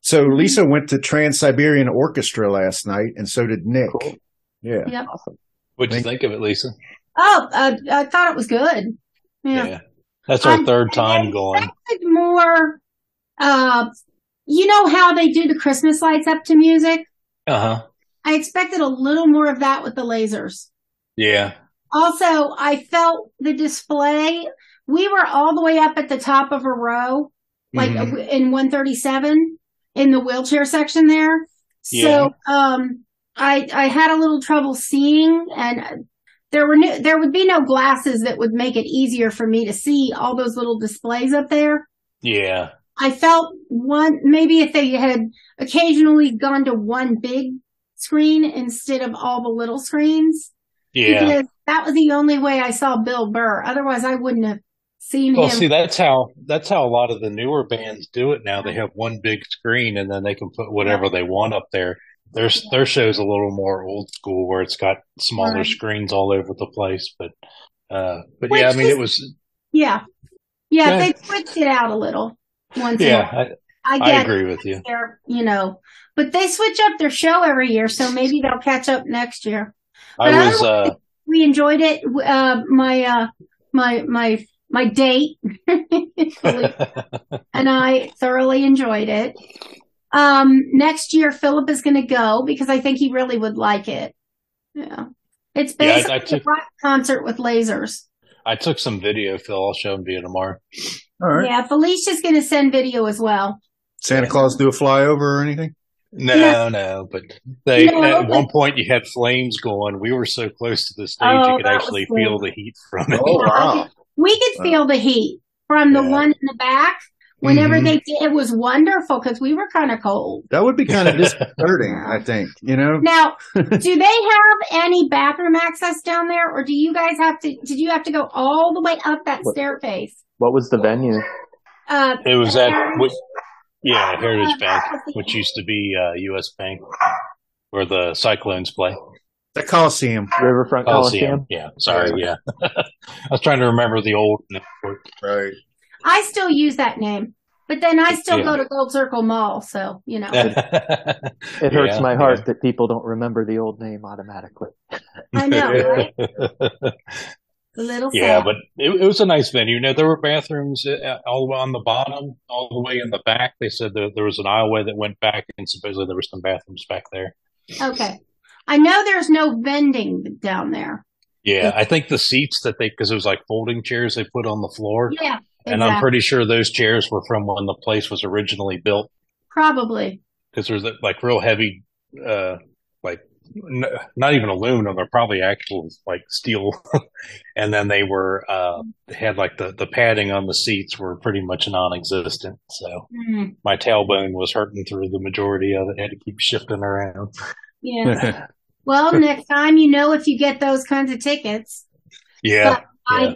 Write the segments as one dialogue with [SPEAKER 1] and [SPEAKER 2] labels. [SPEAKER 1] So
[SPEAKER 2] Mm-hmm.
[SPEAKER 1] Lisa went to Trans Siberian Orchestra last night, and so did Nick.
[SPEAKER 3] Cool.
[SPEAKER 1] Yeah.
[SPEAKER 2] Yep.
[SPEAKER 3] What'd you think of it, Lisa?
[SPEAKER 2] Oh, uh, I thought it was good. Yeah.
[SPEAKER 3] That's our
[SPEAKER 2] I'm-
[SPEAKER 3] third time going.
[SPEAKER 2] It's more, uh, you know how they do the Christmas lights up to music?
[SPEAKER 3] Uh huh.
[SPEAKER 2] I expected a little more of that with the lasers.
[SPEAKER 3] Yeah.
[SPEAKER 2] Also, I felt the display. We were all the way up at the top of a row, like
[SPEAKER 3] Mm-hmm.
[SPEAKER 1] Mhm.
[SPEAKER 2] in 137 in the wheelchair section there. So, um, I, I had a little trouble seeing and uh, there were no, there would be no glasses that would make it easier for me to see all those little displays up there.
[SPEAKER 3] Yeah.
[SPEAKER 2] I felt one, maybe if they had occasionally gone to one big screen instead of all the little screens.
[SPEAKER 3] Yeah.
[SPEAKER 2] Because that was the only way I saw Bill Burr. Otherwise, I wouldn't have seen
[SPEAKER 3] Well,
[SPEAKER 2] him.
[SPEAKER 3] see, that's how that's how a lot of the newer bands do it now. They have one big screen, and then they can put whatever they want up there. Their their show's a little more old school, where it's got smaller
[SPEAKER 2] Right.
[SPEAKER 3] screens all over the place. But, uh, but
[SPEAKER 2] Which
[SPEAKER 3] yeah, I mean,
[SPEAKER 2] is-
[SPEAKER 3] it was
[SPEAKER 2] yeah. Yeah,
[SPEAKER 3] Yeah.
[SPEAKER 2] they switched it out a little once in a
[SPEAKER 3] yeah,
[SPEAKER 2] while.
[SPEAKER 3] I,
[SPEAKER 2] I
[SPEAKER 3] I
[SPEAKER 2] get
[SPEAKER 3] agree with you.
[SPEAKER 2] their, you know, but they switch up their show every year, so maybe they'll catch up next year. But
[SPEAKER 3] I
[SPEAKER 2] I
[SPEAKER 3] was uh,
[SPEAKER 2] We enjoyed it. Uh, my, uh, my, my, my date and I thoroughly enjoyed it. Um, next year, Philip is going to go because I think he really would like it. Yeah. It's
[SPEAKER 3] Yeah, I- I
[SPEAKER 2] basically
[SPEAKER 3] took-
[SPEAKER 2] a rock concert with lasers.
[SPEAKER 3] I took some video, Phil. I'll show them to you tomorrow.
[SPEAKER 1] All right.
[SPEAKER 2] Yeah, Felicia's going to send video as well.
[SPEAKER 1] Santa Claus do a flyover or anything?
[SPEAKER 3] No,
[SPEAKER 2] Yeah.
[SPEAKER 3] no, but they
[SPEAKER 2] No,
[SPEAKER 3] at
[SPEAKER 2] but-
[SPEAKER 3] one point you had flames going. We were so close to the stage
[SPEAKER 2] Oh,
[SPEAKER 3] you could
[SPEAKER 2] that was
[SPEAKER 3] actually
[SPEAKER 2] cool.
[SPEAKER 3] feel the heat from it.
[SPEAKER 1] Oh, wow.
[SPEAKER 2] We could feel the heat from the
[SPEAKER 3] Yeah.
[SPEAKER 2] one in the back. Whenever
[SPEAKER 1] Mm-hmm.
[SPEAKER 3] Mhm.
[SPEAKER 2] they did, it was wonderful because we were kind of cold.
[SPEAKER 1] That would be kind of disconcerting, I think. You know,
[SPEAKER 2] Now, do they have any bathroom access down there, or do you guys have to? Did you have to go all the way up that
[SPEAKER 4] What-
[SPEAKER 2] staircase?
[SPEAKER 4] What was the venue?
[SPEAKER 2] Uh,
[SPEAKER 3] It was at
[SPEAKER 2] Heritage-
[SPEAKER 3] what, yeah Heritage Bank,
[SPEAKER 2] that was the-
[SPEAKER 3] which used to be uh, U.S. Bank, where the Cyclones play.
[SPEAKER 1] the Coliseum.
[SPEAKER 4] Riverfront
[SPEAKER 3] Oh, Coliseum.
[SPEAKER 4] Coliseum.
[SPEAKER 3] Yeah, sorry. Yeah, I was trying to remember the old. network.
[SPEAKER 1] Right.
[SPEAKER 2] I still use that name, but then I still
[SPEAKER 3] Yeah.
[SPEAKER 2] go to Gold Circle Mall, so you know.
[SPEAKER 4] It hurts
[SPEAKER 3] Yeah,
[SPEAKER 4] my
[SPEAKER 3] yeah.
[SPEAKER 4] heart that people don't remember the old name automatically.
[SPEAKER 2] I know, right? A little
[SPEAKER 3] Yeah,
[SPEAKER 2] sad.
[SPEAKER 3] but it, it was a nice venue. Now there were bathrooms uh, all on the bottom, all the way in the back. They said there, there was an aisleway that went back, and supposedly there were some bathrooms back there.
[SPEAKER 2] okay. I know there's no vending down there.
[SPEAKER 3] Yeah, I think the seats that they because it was like folding chairs they put on the floor,
[SPEAKER 2] Yeah,
[SPEAKER 3] and I'm pretty sure those chairs were from when the place was originally built
[SPEAKER 2] Probably.
[SPEAKER 3] because there's like real heavy, uh, like n- not even aluminum, they're probably actual like steel, and then they were uh had like the the padding on the seats were pretty much non-existent, so.
[SPEAKER 2] Hmm,
[SPEAKER 3] my tailbone was hurting through the majority of it. Had to keep shifting around.
[SPEAKER 2] yeah. well, next time you know if you get those kinds of tickets.
[SPEAKER 3] Yeah,
[SPEAKER 2] I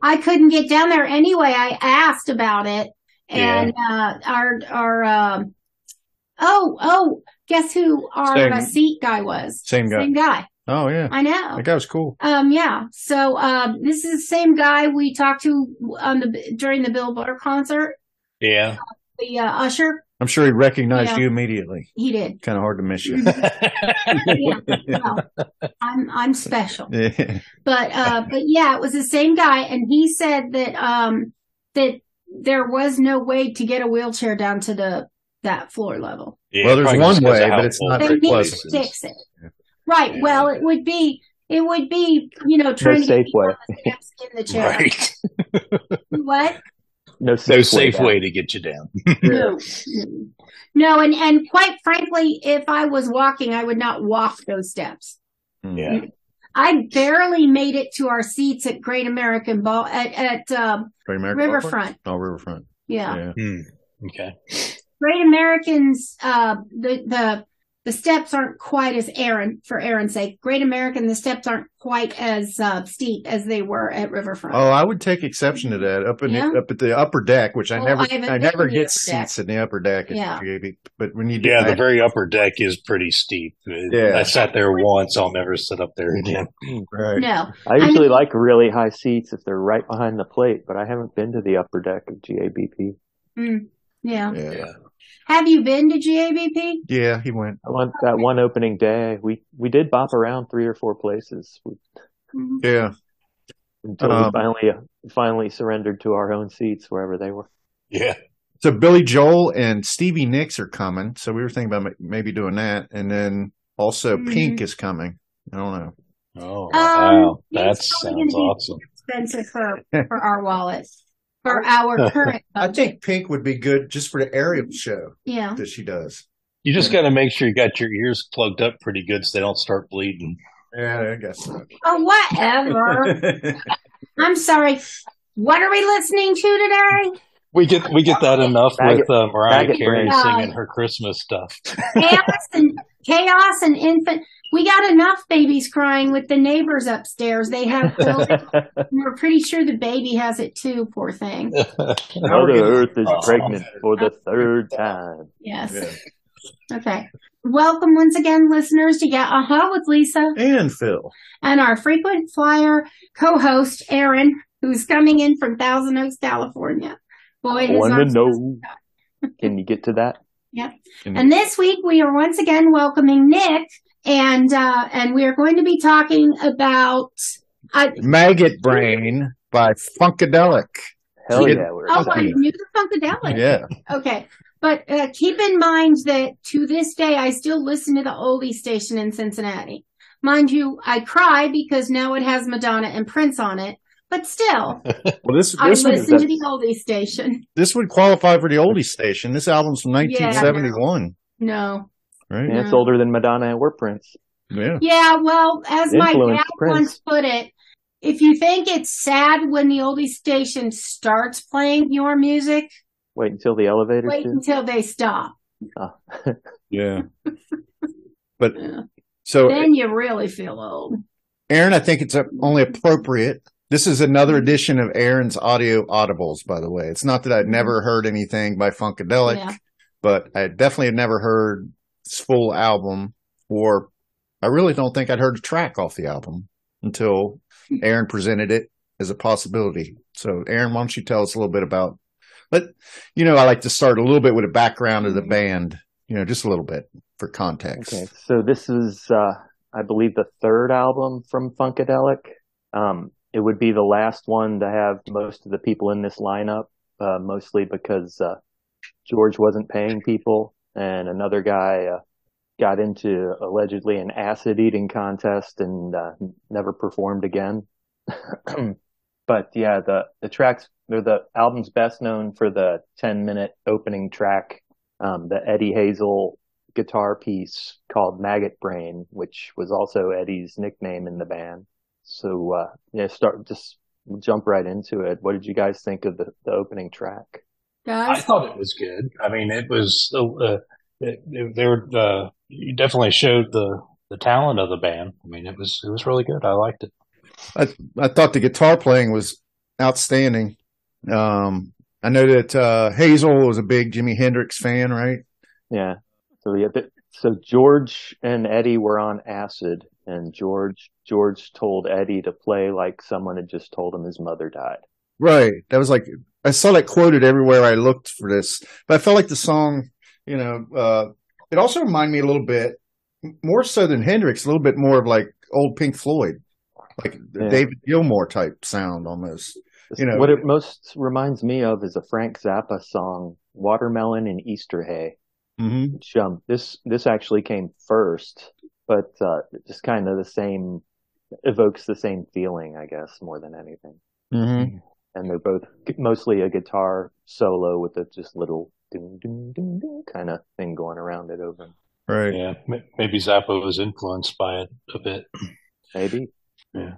[SPEAKER 2] I couldn't get down there anyway. I asked about it, and uh, our our um, oh oh, guess who our
[SPEAKER 1] Same-
[SPEAKER 2] uh, seat guy was?
[SPEAKER 1] Same guy.
[SPEAKER 2] Same guy.
[SPEAKER 1] Oh, yeah.
[SPEAKER 2] I know.
[SPEAKER 1] That guy was cool.
[SPEAKER 2] Um, yeah. So um, this is the same guy we talked to on the during the Bill Butter concert.
[SPEAKER 3] yeah.
[SPEAKER 2] The uh, usher,
[SPEAKER 1] I'm sure he recognized
[SPEAKER 2] Yeah.
[SPEAKER 1] you immediately.
[SPEAKER 2] he did.
[SPEAKER 1] Kind of hard to miss you.
[SPEAKER 2] Yeah. well, I'm I'm special,
[SPEAKER 1] Yeah.
[SPEAKER 2] but uh, but yeah, it was the same guy, and he said that um that there was no way to get a wheelchair down to the that floor level.
[SPEAKER 3] Yeah,
[SPEAKER 1] Well, there's
[SPEAKER 3] probably
[SPEAKER 1] one
[SPEAKER 3] just 'cause
[SPEAKER 1] way,
[SPEAKER 3] of how
[SPEAKER 1] but it's
[SPEAKER 3] old
[SPEAKER 1] not
[SPEAKER 2] They
[SPEAKER 3] it
[SPEAKER 1] very
[SPEAKER 2] need to
[SPEAKER 1] pleasant.
[SPEAKER 3] is.
[SPEAKER 2] fix it, right?
[SPEAKER 3] Yeah.
[SPEAKER 2] Well, it would be it would be you know
[SPEAKER 4] No
[SPEAKER 2] trying to get
[SPEAKER 4] Safeway.
[SPEAKER 2] people in the chair.
[SPEAKER 3] Right.
[SPEAKER 2] What?
[SPEAKER 4] No
[SPEAKER 3] No
[SPEAKER 4] safe
[SPEAKER 3] safe
[SPEAKER 4] way.
[SPEAKER 3] way to get you down.
[SPEAKER 2] No, no. no, and and quite frankly, if I was walking, I would not walk those steps.
[SPEAKER 3] Yeah.
[SPEAKER 2] I barely made it to our seats at Great American Ball at at um,
[SPEAKER 1] Great American
[SPEAKER 2] Riverfront.
[SPEAKER 1] Ballpark? Oh, Riverfront.
[SPEAKER 2] Yeah.
[SPEAKER 1] Yeah.
[SPEAKER 3] Hmm. Okay.
[SPEAKER 2] Great Americans. Uh, the the the steps aren't quite as Aaron for Aaron's sake. Great American, the steps aren't quite as uh, steep as they were at Riverfront.
[SPEAKER 1] Oh, I would take exception to that. Up in
[SPEAKER 2] Yeah.
[SPEAKER 1] the, up at the upper deck, which I
[SPEAKER 2] Oh,
[SPEAKER 1] never
[SPEAKER 2] I haven't
[SPEAKER 1] I,
[SPEAKER 2] been
[SPEAKER 1] never
[SPEAKER 2] in the
[SPEAKER 1] get
[SPEAKER 2] upper deck.
[SPEAKER 1] seats in the upper deck. at
[SPEAKER 2] Yeah.
[SPEAKER 1] GAB, But when you do
[SPEAKER 3] Yeah, the
[SPEAKER 1] that,
[SPEAKER 3] very upper deck is pretty steep.
[SPEAKER 1] Yeah.
[SPEAKER 3] I sat there once. I'll never sit up there again.
[SPEAKER 1] right.
[SPEAKER 2] No,
[SPEAKER 4] I usually like really high seats if they're right behind the plate, but I haven't been to the upper deck of GABP.
[SPEAKER 2] yeah.
[SPEAKER 1] Yeah.
[SPEAKER 3] Yeah.
[SPEAKER 2] Have you been to GABP?
[SPEAKER 1] Yeah, he went.
[SPEAKER 4] I went that one opening day. We we did bop around three or four places we,
[SPEAKER 2] Mhm.
[SPEAKER 1] Yeah.
[SPEAKER 4] until we
[SPEAKER 1] Um,
[SPEAKER 4] finally finally surrendered to our own seats wherever they were.
[SPEAKER 3] Yeah.
[SPEAKER 1] So Billy Joel and Stevie Nicks are coming. So we were thinking about ma- maybe doing that, and then also
[SPEAKER 2] Mhm.
[SPEAKER 1] Pink is coming. I don't know.
[SPEAKER 3] Oh,
[SPEAKER 2] Um,
[SPEAKER 3] wow. That
[SPEAKER 2] it's probably gonna
[SPEAKER 3] sounds
[SPEAKER 2] be-
[SPEAKER 3] awesome.
[SPEAKER 2] Expensive for for our wallets for our current.
[SPEAKER 1] I
[SPEAKER 2] budget.
[SPEAKER 1] think Pink would be good just for the aerial show
[SPEAKER 2] Yeah.
[SPEAKER 1] that she does.
[SPEAKER 3] You just got to make sure you got your ears plugged up pretty good so they don't start bleeding.
[SPEAKER 1] Yeah, I guess so.
[SPEAKER 2] Oh, whatever. I'm sorry. What are we listening to today?
[SPEAKER 3] We get we get that enough
[SPEAKER 4] Bag
[SPEAKER 3] with uh, Mariah
[SPEAKER 4] bag it,
[SPEAKER 3] Carey
[SPEAKER 2] Brad.
[SPEAKER 3] singing her Christmas stuff.
[SPEAKER 2] Chaos and chaos and infant. We got enough babies crying with the neighbors upstairs. They have. children. We're pretty sure the baby has it too. Poor thing.
[SPEAKER 4] Mother Earth is
[SPEAKER 3] Oh.
[SPEAKER 4] pregnant for the third time.
[SPEAKER 2] Yes.
[SPEAKER 1] Yeah.
[SPEAKER 2] Okay. Welcome once again, listeners, to Get Aha with Lisa
[SPEAKER 1] And Phil.
[SPEAKER 2] and our frequent flyer co-host Aaron, who's coming in from Thousand Oaks, California. Boy, his
[SPEAKER 4] Want to
[SPEAKER 2] arms-
[SPEAKER 4] know? Can you get to that?
[SPEAKER 2] And this week we are once again welcoming Nick, and uh, and we are going to be talking about. Uh,
[SPEAKER 1] Maggot Brain by Funkadelic.
[SPEAKER 4] Hell
[SPEAKER 1] It-
[SPEAKER 4] yeah, we're
[SPEAKER 2] oh, I
[SPEAKER 4] excited.
[SPEAKER 2] knew the funkadelic.
[SPEAKER 1] Yeah.
[SPEAKER 2] Okay. But uh, keep in mind that to this day, I still listen to the oldie station in Cincinnati. Mind you, I cry because now it has Madonna and Prince on it, but still,
[SPEAKER 1] Well, this
[SPEAKER 2] I
[SPEAKER 1] this would,
[SPEAKER 2] listen to the oldie station.
[SPEAKER 1] this would qualify for the oldie station. This album's from 1971,
[SPEAKER 2] No.
[SPEAKER 1] right?
[SPEAKER 4] Yeah, it's older than Madonna and we're Prince.
[SPEAKER 1] Yeah.
[SPEAKER 2] Yeah, well, as my
[SPEAKER 4] Influence
[SPEAKER 2] dad
[SPEAKER 4] Prince.
[SPEAKER 2] once put it, if you think it's sad when the oldie station starts playing your music,
[SPEAKER 4] Wait until the elevator.
[SPEAKER 2] wait
[SPEAKER 4] too.
[SPEAKER 2] until they stop.
[SPEAKER 1] Yeah. But
[SPEAKER 2] Yeah.
[SPEAKER 1] so
[SPEAKER 2] Then you really feel old.
[SPEAKER 1] Aaron, I think it's uh, only appropriate. This is another edition of Aaron's audio audibles, by the way. It's not that I'd never heard anything by Funkadelic,
[SPEAKER 2] Yeah.
[SPEAKER 1] but I definitely had never heard this full album, or I really don't think I'd heard a track off the album until Aaron presented it as a possibility. So, Aaron, why don't you tell us a little bit about? But you know, I like to start a little bit with a background of the band, you know, just a little bit for context.
[SPEAKER 4] Okay, so this is, uh, I believe, the third album from Funkadelic. Um, it would be the last one to have most of the people in this lineup, uh, mostly because uh, George wasn't paying people, and another guy uh, got into allegedly an acid eating contest and uh, never performed again. but yeah, the the tracks, they're the album's best known for the ten minute opening track, um, the Eddie Hazel guitar piece called Maggot Brain, which was also Eddie's nickname in the band. So uh, yeah, start just jump right into it. What did you guys think of the, the opening track?
[SPEAKER 3] I
[SPEAKER 2] Guys,
[SPEAKER 3] thought it was good. I mean, it was uh, it, it, they were uh, you definitely showed the the talent of the band. I mean, it was it was really good. I liked it.
[SPEAKER 1] I thought the guitar playing was outstanding. Um, I know that uh, Hazel was a big Jimi Hendrix fan, right?
[SPEAKER 4] Yeah. So yeah, th- so George and Eddie were on acid, and George George told Eddie to play like someone had just told him his mother died.
[SPEAKER 1] Right. That was like I saw that quoted everywhere I looked for this, but I felt like the song, you know, uh, it also reminded me a little bit more so than Hendrix, a little bit more of like old Pink Floyd, like the
[SPEAKER 4] Yeah.
[SPEAKER 1] David Gilmour type sound almost. You know-
[SPEAKER 4] what it most reminds me of is a Frank Zappa song, "Watermelon and Easter Hay."
[SPEAKER 1] Mm-hmm.
[SPEAKER 4] which, um, this this actually came first, but uh, just kind of the same evokes the same feeling, I guess, more than anything.
[SPEAKER 1] Mm-hmm.
[SPEAKER 4] And they're both g- mostly a guitar solo with a just little ding ding ding ding kind of thing going around it over. 'em.
[SPEAKER 1] Right.
[SPEAKER 3] Yeah, m- maybe Zappa was influenced by it a bit.
[SPEAKER 4] Maybe.
[SPEAKER 3] Yeah.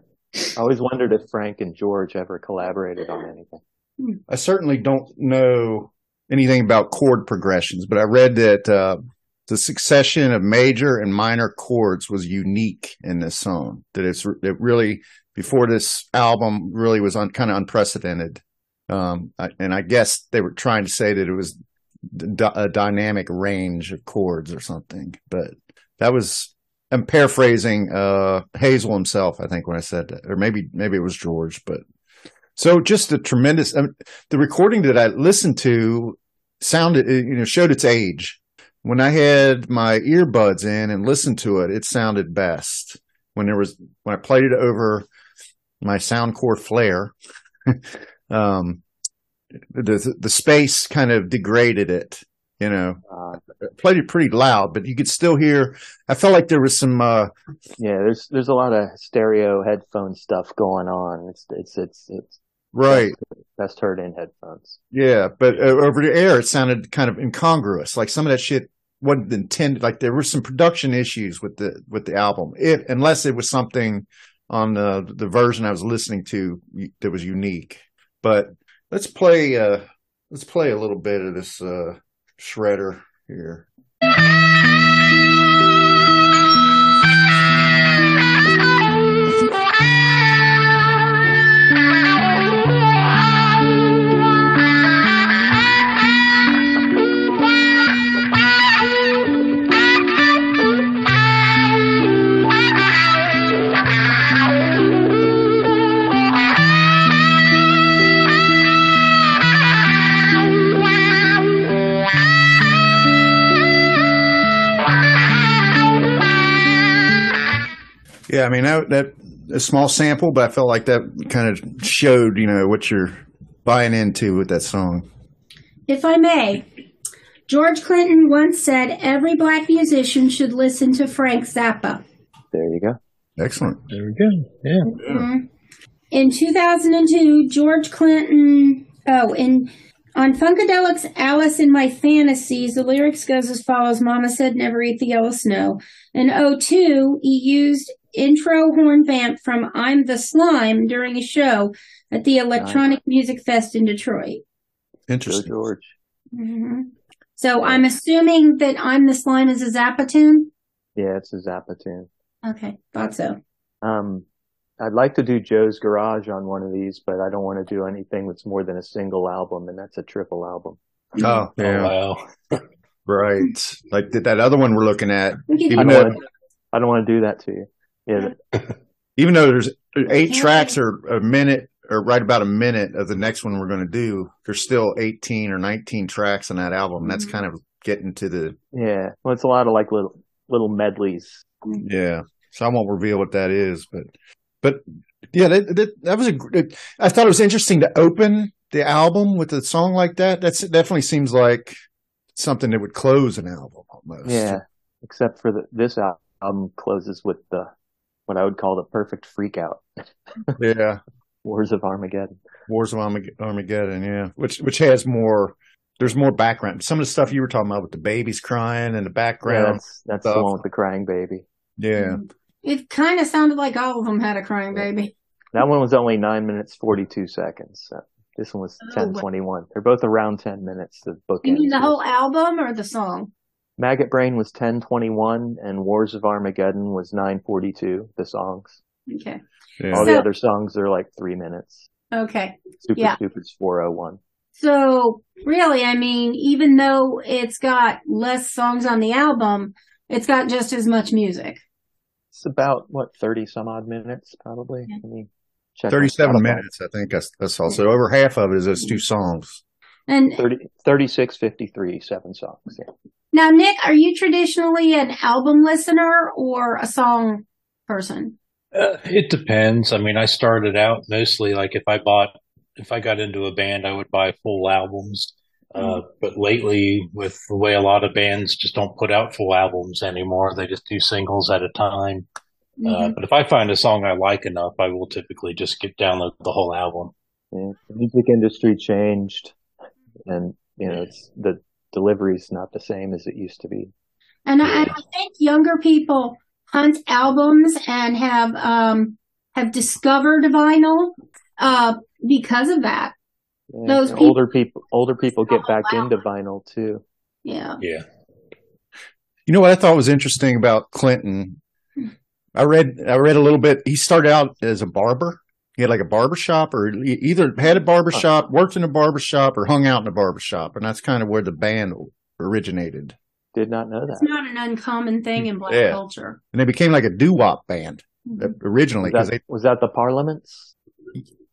[SPEAKER 4] I always wondered if Frank and George ever collaborated on anything.
[SPEAKER 1] I certainly don't know anything about chord progressions, but I read that uh, the succession of major and minor chords was unique in this song. That it's that really before this album really was un, kind of unprecedented, um, I, and I guess they were trying to say that it was d- a dynamic range of chords or something. But that was I'm paraphrasing uh, Hazel himself, I think, when I said that, or maybe maybe it was George, but. So just a tremendous, I mean, the recording that I listened to sounded, it, you know, showed its age. When I had my earbuds in and listened to it, it sounded best. When there was, when I played it over my Soundcore Flare, um, the the space kind of degraded it. You know,
[SPEAKER 4] Uh,
[SPEAKER 1] I played it pretty loud, but you could still hear. I felt like there was some uh,
[SPEAKER 4] yeah, there's there's a lot of stereo headphone stuff going on. It's it's it's it's
[SPEAKER 1] right,
[SPEAKER 4] best heard in headphones.
[SPEAKER 1] yeah, but uh, over the air it sounded kind of incongruous. Like some of that shit wasn't intended. Like there were some production issues with the with the album, if unless it was something on the the version I was listening to that was unique. But let's play uh, let's play a little bit of this uh, shredder here. Yeah, I mean that, that a small sample, but I felt like that kind of showed you know what you're buying into with that song.
[SPEAKER 2] If I may, George Clinton once said every black musician should listen to Frank Zappa.
[SPEAKER 4] There you go.
[SPEAKER 1] Excellent.
[SPEAKER 3] There we go. Yeah.
[SPEAKER 2] Mhm. In 2002, George Clinton. Oh, in on Funkadelic's "Alice in My Fantasies," the lyrics goes as follows: "Mama said never eat the yellow snow." In 02, he used intro horn vamp from "I'm the Slime" during a show at the Electronic Music Fest in Detroit.
[SPEAKER 4] Go
[SPEAKER 1] Interesting.
[SPEAKER 4] George.
[SPEAKER 2] Mhm. So I'm assuming that "I'm the Slime" is a Zappa tune.
[SPEAKER 4] Yeah, it's a Zappa tune.
[SPEAKER 2] Okay, thought so.
[SPEAKER 4] Um, I'd like to do Joe's Garage on one of these, but I don't want to do anything that's more than a single album, and that's a triple album.
[SPEAKER 1] Oh,
[SPEAKER 3] Oh,
[SPEAKER 1] yeah,
[SPEAKER 3] wow.
[SPEAKER 1] right. Like th- that other one we're looking at.
[SPEAKER 2] We could
[SPEAKER 1] You
[SPEAKER 4] I
[SPEAKER 2] do
[SPEAKER 4] don't,
[SPEAKER 1] know-
[SPEAKER 4] want to, I don't want to do that to you. Yeah,
[SPEAKER 1] Even though there's eight tracks or a minute or right about a minute of the next one we're going to do, there's still 18 or 19 tracks on that album. That's
[SPEAKER 2] Mhm.
[SPEAKER 1] kind of getting to the
[SPEAKER 4] yeah. Well, it's a lot of like little little medleys.
[SPEAKER 1] yeah. So I won't reveal what that is, but but yeah, that that, that was a. gr- it- I thought it was interesting to open the album with a song like that. That's it definitely seems like something that would close an album almost.
[SPEAKER 4] Yeah, except for the, this al- album closes with the what I would call the perfect freak out,
[SPEAKER 1] yeah.
[SPEAKER 4] Wars of Armageddon.
[SPEAKER 1] Wars of Armag- Armageddon. Yeah, which which has more. There's more background. Some of the stuff you were talking about with the babies crying in the
[SPEAKER 4] Yeah,
[SPEAKER 1] background.
[SPEAKER 4] that's that's
[SPEAKER 1] stuff.
[SPEAKER 4] the one with the crying baby.
[SPEAKER 1] Yeah.
[SPEAKER 2] Mm-hmm. It kind of sounded like all of them had a crying baby.
[SPEAKER 4] That one was only nine minutes forty two seconds. So this one was
[SPEAKER 2] Oh,
[SPEAKER 4] ten
[SPEAKER 2] wow.
[SPEAKER 4] twenty one. They're both around ten minutes. The book.
[SPEAKER 2] You mean the whole album or the song?
[SPEAKER 4] Maggot Brain was 1021 and Wars of Armageddon was 942, the songs.
[SPEAKER 2] Okay.
[SPEAKER 1] yeah.
[SPEAKER 4] All the
[SPEAKER 2] So-
[SPEAKER 4] other songs are like three minutes.
[SPEAKER 2] Okay.
[SPEAKER 4] Super oh
[SPEAKER 2] Yeah.
[SPEAKER 4] Stupid's 401.
[SPEAKER 2] So really, I mean, even though it's got less songs on the album, it's got just as much music.
[SPEAKER 4] It's about, what, 30 some odd minutes probably?
[SPEAKER 2] Yeah.
[SPEAKER 4] Let me check. my
[SPEAKER 1] 37
[SPEAKER 4] Spotify.
[SPEAKER 1] minutes, I think. That's, that's also over half of it is those two songs.
[SPEAKER 2] And
[SPEAKER 4] 30, 36, 53, seven songs. Yeah.
[SPEAKER 2] now, Nick, are you traditionally an album listener or a song person?
[SPEAKER 3] Uh, it depends. I mean, I started out mostly like if I bought, if I got into a band, I would buy full albums. Uh, but lately, with the way a lot of bands just don't put out full albums anymore, they just do singles at a time. Uh,
[SPEAKER 2] Mhm.
[SPEAKER 3] but if I find a song I like enough, I will typically just get download the whole album.
[SPEAKER 4] yeah. The music industry changed and, you know, it's the delivery's not the same as it used to be.
[SPEAKER 2] And I, and I think younger people hunt albums and have um have discovered vinyl uh because of that.
[SPEAKER 4] Yeah.
[SPEAKER 2] Those
[SPEAKER 4] and
[SPEAKER 2] people-
[SPEAKER 4] older people, older people get back
[SPEAKER 2] Wow.
[SPEAKER 4] into vinyl too.
[SPEAKER 2] Yeah.
[SPEAKER 3] Yeah.
[SPEAKER 1] You know what I thought was interesting about Clinton? I read, I read a little bit. He started out as a barber. He had like a barber shop or he either had a barber shop, worked in a barber shop or hung out in a barber shop. And that's kind of where the band originated.
[SPEAKER 4] Did not know
[SPEAKER 2] It's
[SPEAKER 4] that.
[SPEAKER 2] not an uncommon thing in black
[SPEAKER 1] Yeah.
[SPEAKER 2] culture.
[SPEAKER 1] And they became like a doo-wop band uh, originally
[SPEAKER 4] Was
[SPEAKER 1] because
[SPEAKER 4] that,
[SPEAKER 1] they,
[SPEAKER 4] was that the Parliaments?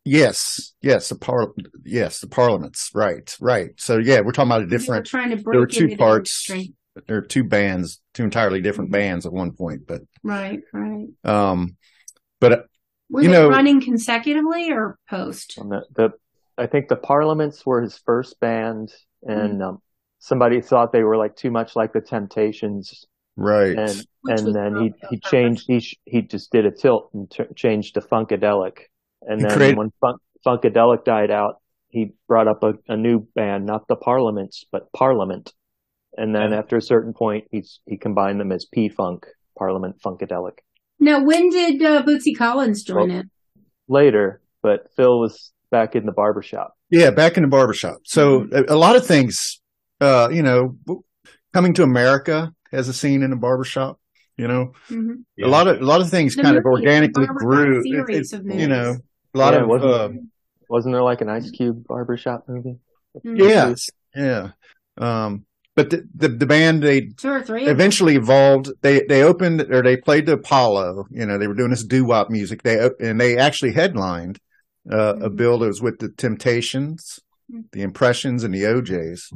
[SPEAKER 1] Yes, yes, the par- yes, the parliaments, right, right. So yeah, we're talking about a different.
[SPEAKER 2] trying to break
[SPEAKER 1] there were
[SPEAKER 2] into
[SPEAKER 1] two
[SPEAKER 2] the
[SPEAKER 1] parts.
[SPEAKER 2] industry.
[SPEAKER 1] There are two bands, two entirely different bands at one point, but
[SPEAKER 2] Right, right.
[SPEAKER 1] um, but
[SPEAKER 2] Were
[SPEAKER 1] You
[SPEAKER 2] they
[SPEAKER 1] know-
[SPEAKER 2] running consecutively or post?
[SPEAKER 4] And the, the I think the Parliaments were his first band, and um, somebody thought they were like too much like the Temptations,
[SPEAKER 1] right,
[SPEAKER 4] and
[SPEAKER 2] Which was
[SPEAKER 4] and then he
[SPEAKER 2] not
[SPEAKER 4] he
[SPEAKER 2] on
[SPEAKER 4] changed he sh- he just did a tilt and t- changed to Funkadelic, and
[SPEAKER 1] He
[SPEAKER 4] then
[SPEAKER 1] created-
[SPEAKER 4] when funk, Funkadelic died out, he brought up a, a new band, not the Parliaments, but Parliament, and then
[SPEAKER 3] Yeah.
[SPEAKER 4] after a certain point, he's he combined them as P Funk, Parliament Funkadelic
[SPEAKER 2] Now, when did uh, Bootsy Collins join
[SPEAKER 4] Well,
[SPEAKER 2] in?
[SPEAKER 4] later, but Phil was back in the barbershop.
[SPEAKER 1] yeah, back in the barbershop. So a, a lot of things, uh, you know, w- coming to America has a scene in the barbershop. You know,
[SPEAKER 2] hmm
[SPEAKER 1] a lot of a lot of things
[SPEAKER 2] The
[SPEAKER 1] kind of
[SPEAKER 2] movie, the
[SPEAKER 1] organically
[SPEAKER 2] barbershop
[SPEAKER 1] grew. It-
[SPEAKER 2] series
[SPEAKER 1] it-
[SPEAKER 2] of
[SPEAKER 1] you know,
[SPEAKER 2] movies.
[SPEAKER 1] a lot
[SPEAKER 4] Yeah, it
[SPEAKER 1] of
[SPEAKER 4] wasn't-
[SPEAKER 1] uh,
[SPEAKER 4] Wasn't there like an Ice Cube barbershop movie?
[SPEAKER 2] Mhm.
[SPEAKER 1] yes, yeah. Um, but the, the the band they
[SPEAKER 2] Two or three. of them.
[SPEAKER 1] eventually evolved. They they opened or they played to Apollo. You know, they were doing this doo wop music. They op- and they actually headlined uh, a
[SPEAKER 2] Mhm.
[SPEAKER 1] bill that was with the Temptations,
[SPEAKER 2] Mhm.
[SPEAKER 1] the Impressions, and the OJ's.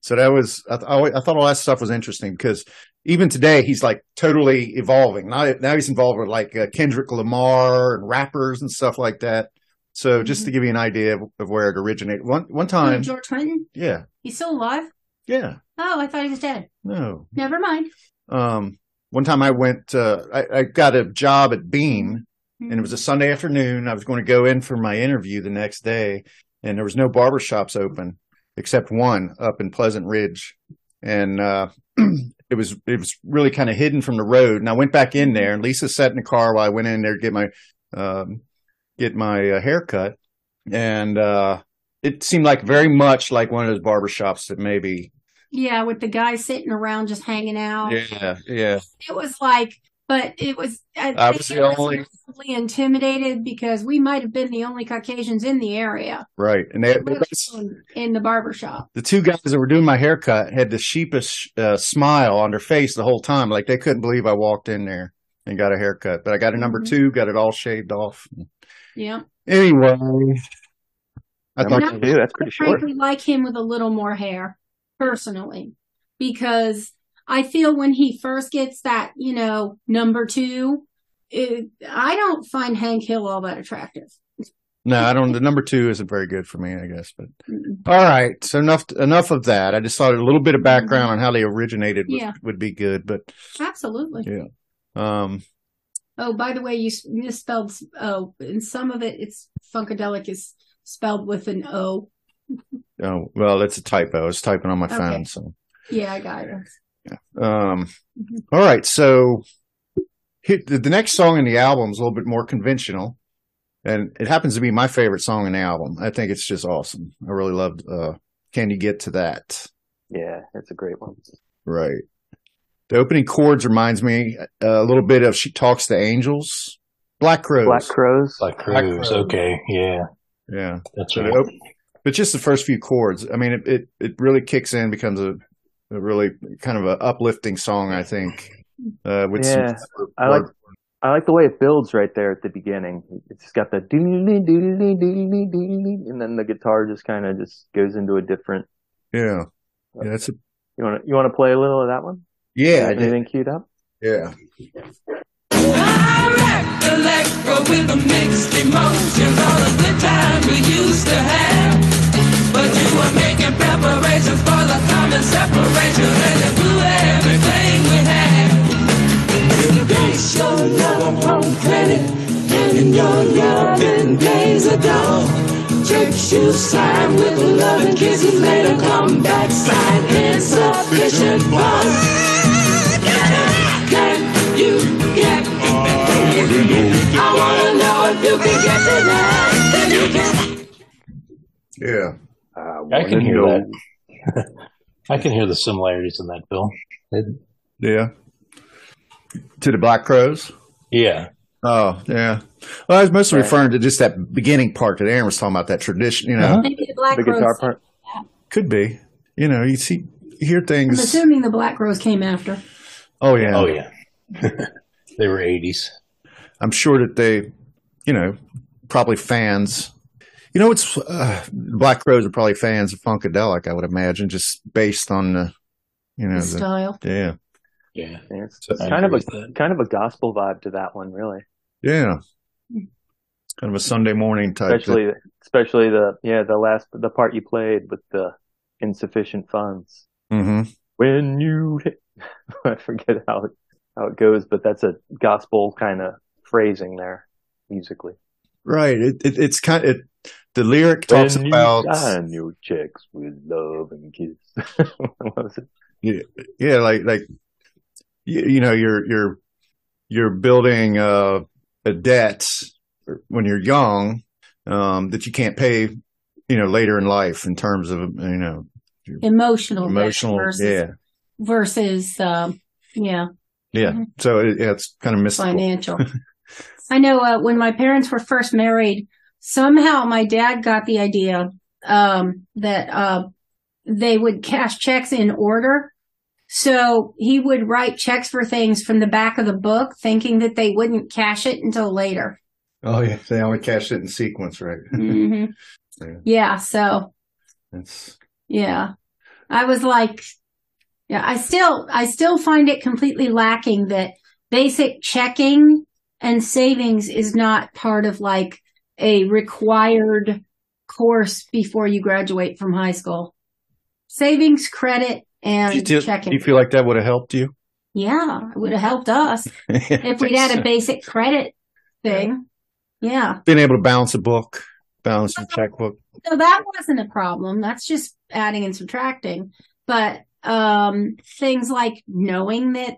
[SPEAKER 1] So that was I, th- I, always- I thought all that stuff was interesting because even today he's like totally evolving. Now now he's involved with like uh, Kendrick Lamar and rappers and stuff like that. So just to give you an idea of, of where it originated, one one
[SPEAKER 2] Oh,
[SPEAKER 1] time,
[SPEAKER 2] George Clinton.
[SPEAKER 1] yeah,
[SPEAKER 2] He's still alive.
[SPEAKER 1] yeah,
[SPEAKER 2] Oh, I thought he was dead.
[SPEAKER 1] no,
[SPEAKER 2] Never mind.
[SPEAKER 1] um, one time I went, uh, I, I got a job at Beam and it was a Sunday afternoon. I was going to go in for my interview the next day and there was no barber shops open except one up in Pleasant Ridge. And, uh, it was, it was really kind of hidden from the road. And I went back in there and Lisa sat in the car while I went in there to get my, um, get my uh, haircut. And, uh, it seemed like very much like one of those barber shops that maybe,
[SPEAKER 2] Yeah, with the guy sitting around just hanging out.
[SPEAKER 1] yeah, yeah,
[SPEAKER 2] It was like, but it was. I,
[SPEAKER 1] I
[SPEAKER 2] think
[SPEAKER 1] was
[SPEAKER 2] it
[SPEAKER 1] the only-
[SPEAKER 2] massively intimidated because we might have been the only Caucasians in the area
[SPEAKER 1] right. And they,
[SPEAKER 2] let alone in the barber shop.
[SPEAKER 1] the two guys that were doing my haircut had the sheepish uh, smile on their face the whole time, like they couldn't believe I walked in there and got a haircut. But I got a number
[SPEAKER 2] Mhm.
[SPEAKER 1] two, got it all shaved off.
[SPEAKER 2] Yeah,
[SPEAKER 1] Anyway, I
[SPEAKER 4] That
[SPEAKER 1] think
[SPEAKER 4] much to do. That's pretty short.
[SPEAKER 2] frankly like him with a little more hair, personally, because I feel when he first gets that, you know, number two, it, I don't find Hank Hill all that attractive.
[SPEAKER 1] no, I don't. The number two isn't very good for me, I guess. But
[SPEAKER 2] Mm-mm.
[SPEAKER 1] all right, so enough enough of that. I just thought a little bit of background on how they originated would,
[SPEAKER 2] Mm-hmm. Yeah.
[SPEAKER 1] would be good. But
[SPEAKER 2] Absolutely.
[SPEAKER 1] um,
[SPEAKER 2] Oh, by the way, you s- misspelled. s- Oh, in some of it, it's funkadelic is spelled with an O.
[SPEAKER 1] oh well, it's a typo. I was typing on my
[SPEAKER 2] Okay.
[SPEAKER 1] phone, so
[SPEAKER 2] Yeah, I got it.
[SPEAKER 1] Um,
[SPEAKER 2] Mhm.
[SPEAKER 4] Mm-hmm.
[SPEAKER 1] all right, so hit, the, the next song in the album is a little bit more conventional, and it happens to be my favorite song in the album. I think it's just awesome. I really loved uh, "Can You Get to That."
[SPEAKER 4] Yeah, that's a great one.
[SPEAKER 1] Right. The opening chords reminds me uh, a little bit of "She Talks to Angels," Black Crows.
[SPEAKER 4] Black Crows.
[SPEAKER 3] like
[SPEAKER 1] Black
[SPEAKER 3] Cruise.
[SPEAKER 1] Crows.
[SPEAKER 3] Okay, yeah,
[SPEAKER 1] yeah,
[SPEAKER 3] that's
[SPEAKER 1] but,
[SPEAKER 3] right.
[SPEAKER 1] it op- but just the first few chords. I mean, it it, it really kicks in, becomes a, a really kind of a uplifting song. I think uh, with some
[SPEAKER 4] Yeah, I like. I like the way it builds right there at the beginning. It's got the doodly doodly doodly doodly, and then the guitar just kind of just goes into a different.
[SPEAKER 1] yeah. Yeah, it's a
[SPEAKER 4] You want to you want to play a little of that one?
[SPEAKER 1] Yeah, I did.
[SPEAKER 4] Anything queued up?
[SPEAKER 1] yeah.
[SPEAKER 5] I recollect with the mixed emotions, all of the time we used to have. But you were making preparations for the common separation, and it blew everything we had. You base your love on credit, and your love in days ago. Checks you sign with love and kisses later come back, sign insufficient funds. Can you get I wanna know if you can get to that. Then you can.
[SPEAKER 1] Yeah.
[SPEAKER 3] I can hear that. I can hear the similarities in that, Bill. It-
[SPEAKER 1] Yeah. To the Black Crows.
[SPEAKER 3] yeah,
[SPEAKER 1] Oh, yeah. Well, I was mostly
[SPEAKER 4] Yeah.
[SPEAKER 1] referring to just that beginning part that Aaron was talking about, that tradition, you know.
[SPEAKER 3] Uh-huh.
[SPEAKER 2] Maybe the Black
[SPEAKER 4] The
[SPEAKER 2] Rose.
[SPEAKER 4] guitar part.
[SPEAKER 1] Could be. You know, you see you hear
[SPEAKER 2] I'm
[SPEAKER 1] things
[SPEAKER 2] assuming the Black Rose came after.
[SPEAKER 1] Oh yeah.
[SPEAKER 3] oh yeah, they were eighties.
[SPEAKER 1] I'm sure that they you know, probably fans. You know, it's uh, Black Crows are probably fans of Funkadelic, I would imagine, just based on the, you know,
[SPEAKER 2] the
[SPEAKER 1] the,
[SPEAKER 2] style.
[SPEAKER 1] yeah,
[SPEAKER 3] Yeah.
[SPEAKER 4] Yeah, it's
[SPEAKER 3] So-
[SPEAKER 4] kind of a
[SPEAKER 3] That.
[SPEAKER 4] kind of a gospel vibe to that one, really.
[SPEAKER 1] yeah,
[SPEAKER 2] Hmm.
[SPEAKER 1] It's kind of a Sunday morning type. thing.
[SPEAKER 4] Especially especially the yeah the last the part you played with the insufficient funds.
[SPEAKER 1] Mhm.
[SPEAKER 4] When you hit- I forget how it, how it goes, but that's a gospel kind of phrasing there musically.
[SPEAKER 1] right. It, it, it's kind. It the lyric talks
[SPEAKER 4] when
[SPEAKER 1] about
[SPEAKER 4] you sign your checks with love and kiss. What was it?
[SPEAKER 1] yeah like like you, you know you're you're you're building uh, a debt when you're young um that you can't pay you know later in life in terms of you know
[SPEAKER 2] Emotional.
[SPEAKER 1] emotional
[SPEAKER 2] Versus,
[SPEAKER 1] yeah
[SPEAKER 2] Versus, um, yeah.
[SPEAKER 1] yeah
[SPEAKER 2] Mhm.
[SPEAKER 1] so it, yeah, it's kind of mystical
[SPEAKER 2] financial. I know uh, when my parents were first married, somehow my dad got the idea um, that uh, they would cash checks in order. So he would write checks for things from the back of the book, thinking that they wouldn't cash it until later.
[SPEAKER 1] oh yeah they only cash it in sequence right
[SPEAKER 2] Mhm.
[SPEAKER 1] Yeah.
[SPEAKER 2] Yeah. So
[SPEAKER 1] that's
[SPEAKER 2] yeah, I was like, yeah, I still, I still find it completely lacking that basic checking and savings is not part of like a required course before you graduate from high school. Savings, credit, and
[SPEAKER 1] do you, feel-
[SPEAKER 2] checking.
[SPEAKER 1] do you feel like that would have helped you
[SPEAKER 2] yeah, it would have helped us if we'd had a basic credit thing. Yeah.
[SPEAKER 1] being able to balance a book balance a checkbook
[SPEAKER 2] so that wasn't a problem. That's just adding and subtracting. But um things like knowing that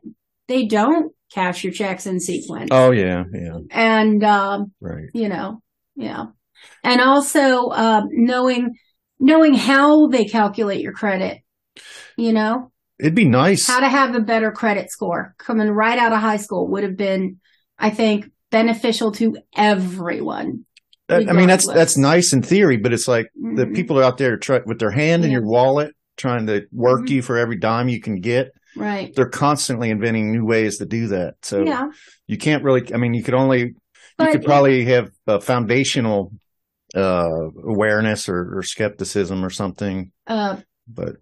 [SPEAKER 2] they don't cash your checks in sequence.
[SPEAKER 1] oh yeah yeah
[SPEAKER 2] And um,
[SPEAKER 1] right
[SPEAKER 2] you know, yeah. And also um knowing knowing how they calculate your credit, you know,
[SPEAKER 1] it'd be nice
[SPEAKER 2] how to have a better credit score coming right out of high school would have been, I think, beneficial to everyone.
[SPEAKER 1] That- I mean, that's
[SPEAKER 2] regardless.
[SPEAKER 1] that's nice in theory, but it's like the
[SPEAKER 2] Mhm.
[SPEAKER 1] people are out there try, with their hand in
[SPEAKER 2] Yeah.
[SPEAKER 1] your wallet, trying to work
[SPEAKER 2] Mhm.
[SPEAKER 1] you for every dime you can get.
[SPEAKER 2] Right.
[SPEAKER 1] They're constantly inventing new ways to do that. So
[SPEAKER 2] yeah.
[SPEAKER 1] you can't really. I mean, you could only you could
[SPEAKER 2] it-
[SPEAKER 1] probably have a foundational uh, awareness or, or skepticism or something.
[SPEAKER 2] uh
[SPEAKER 1] But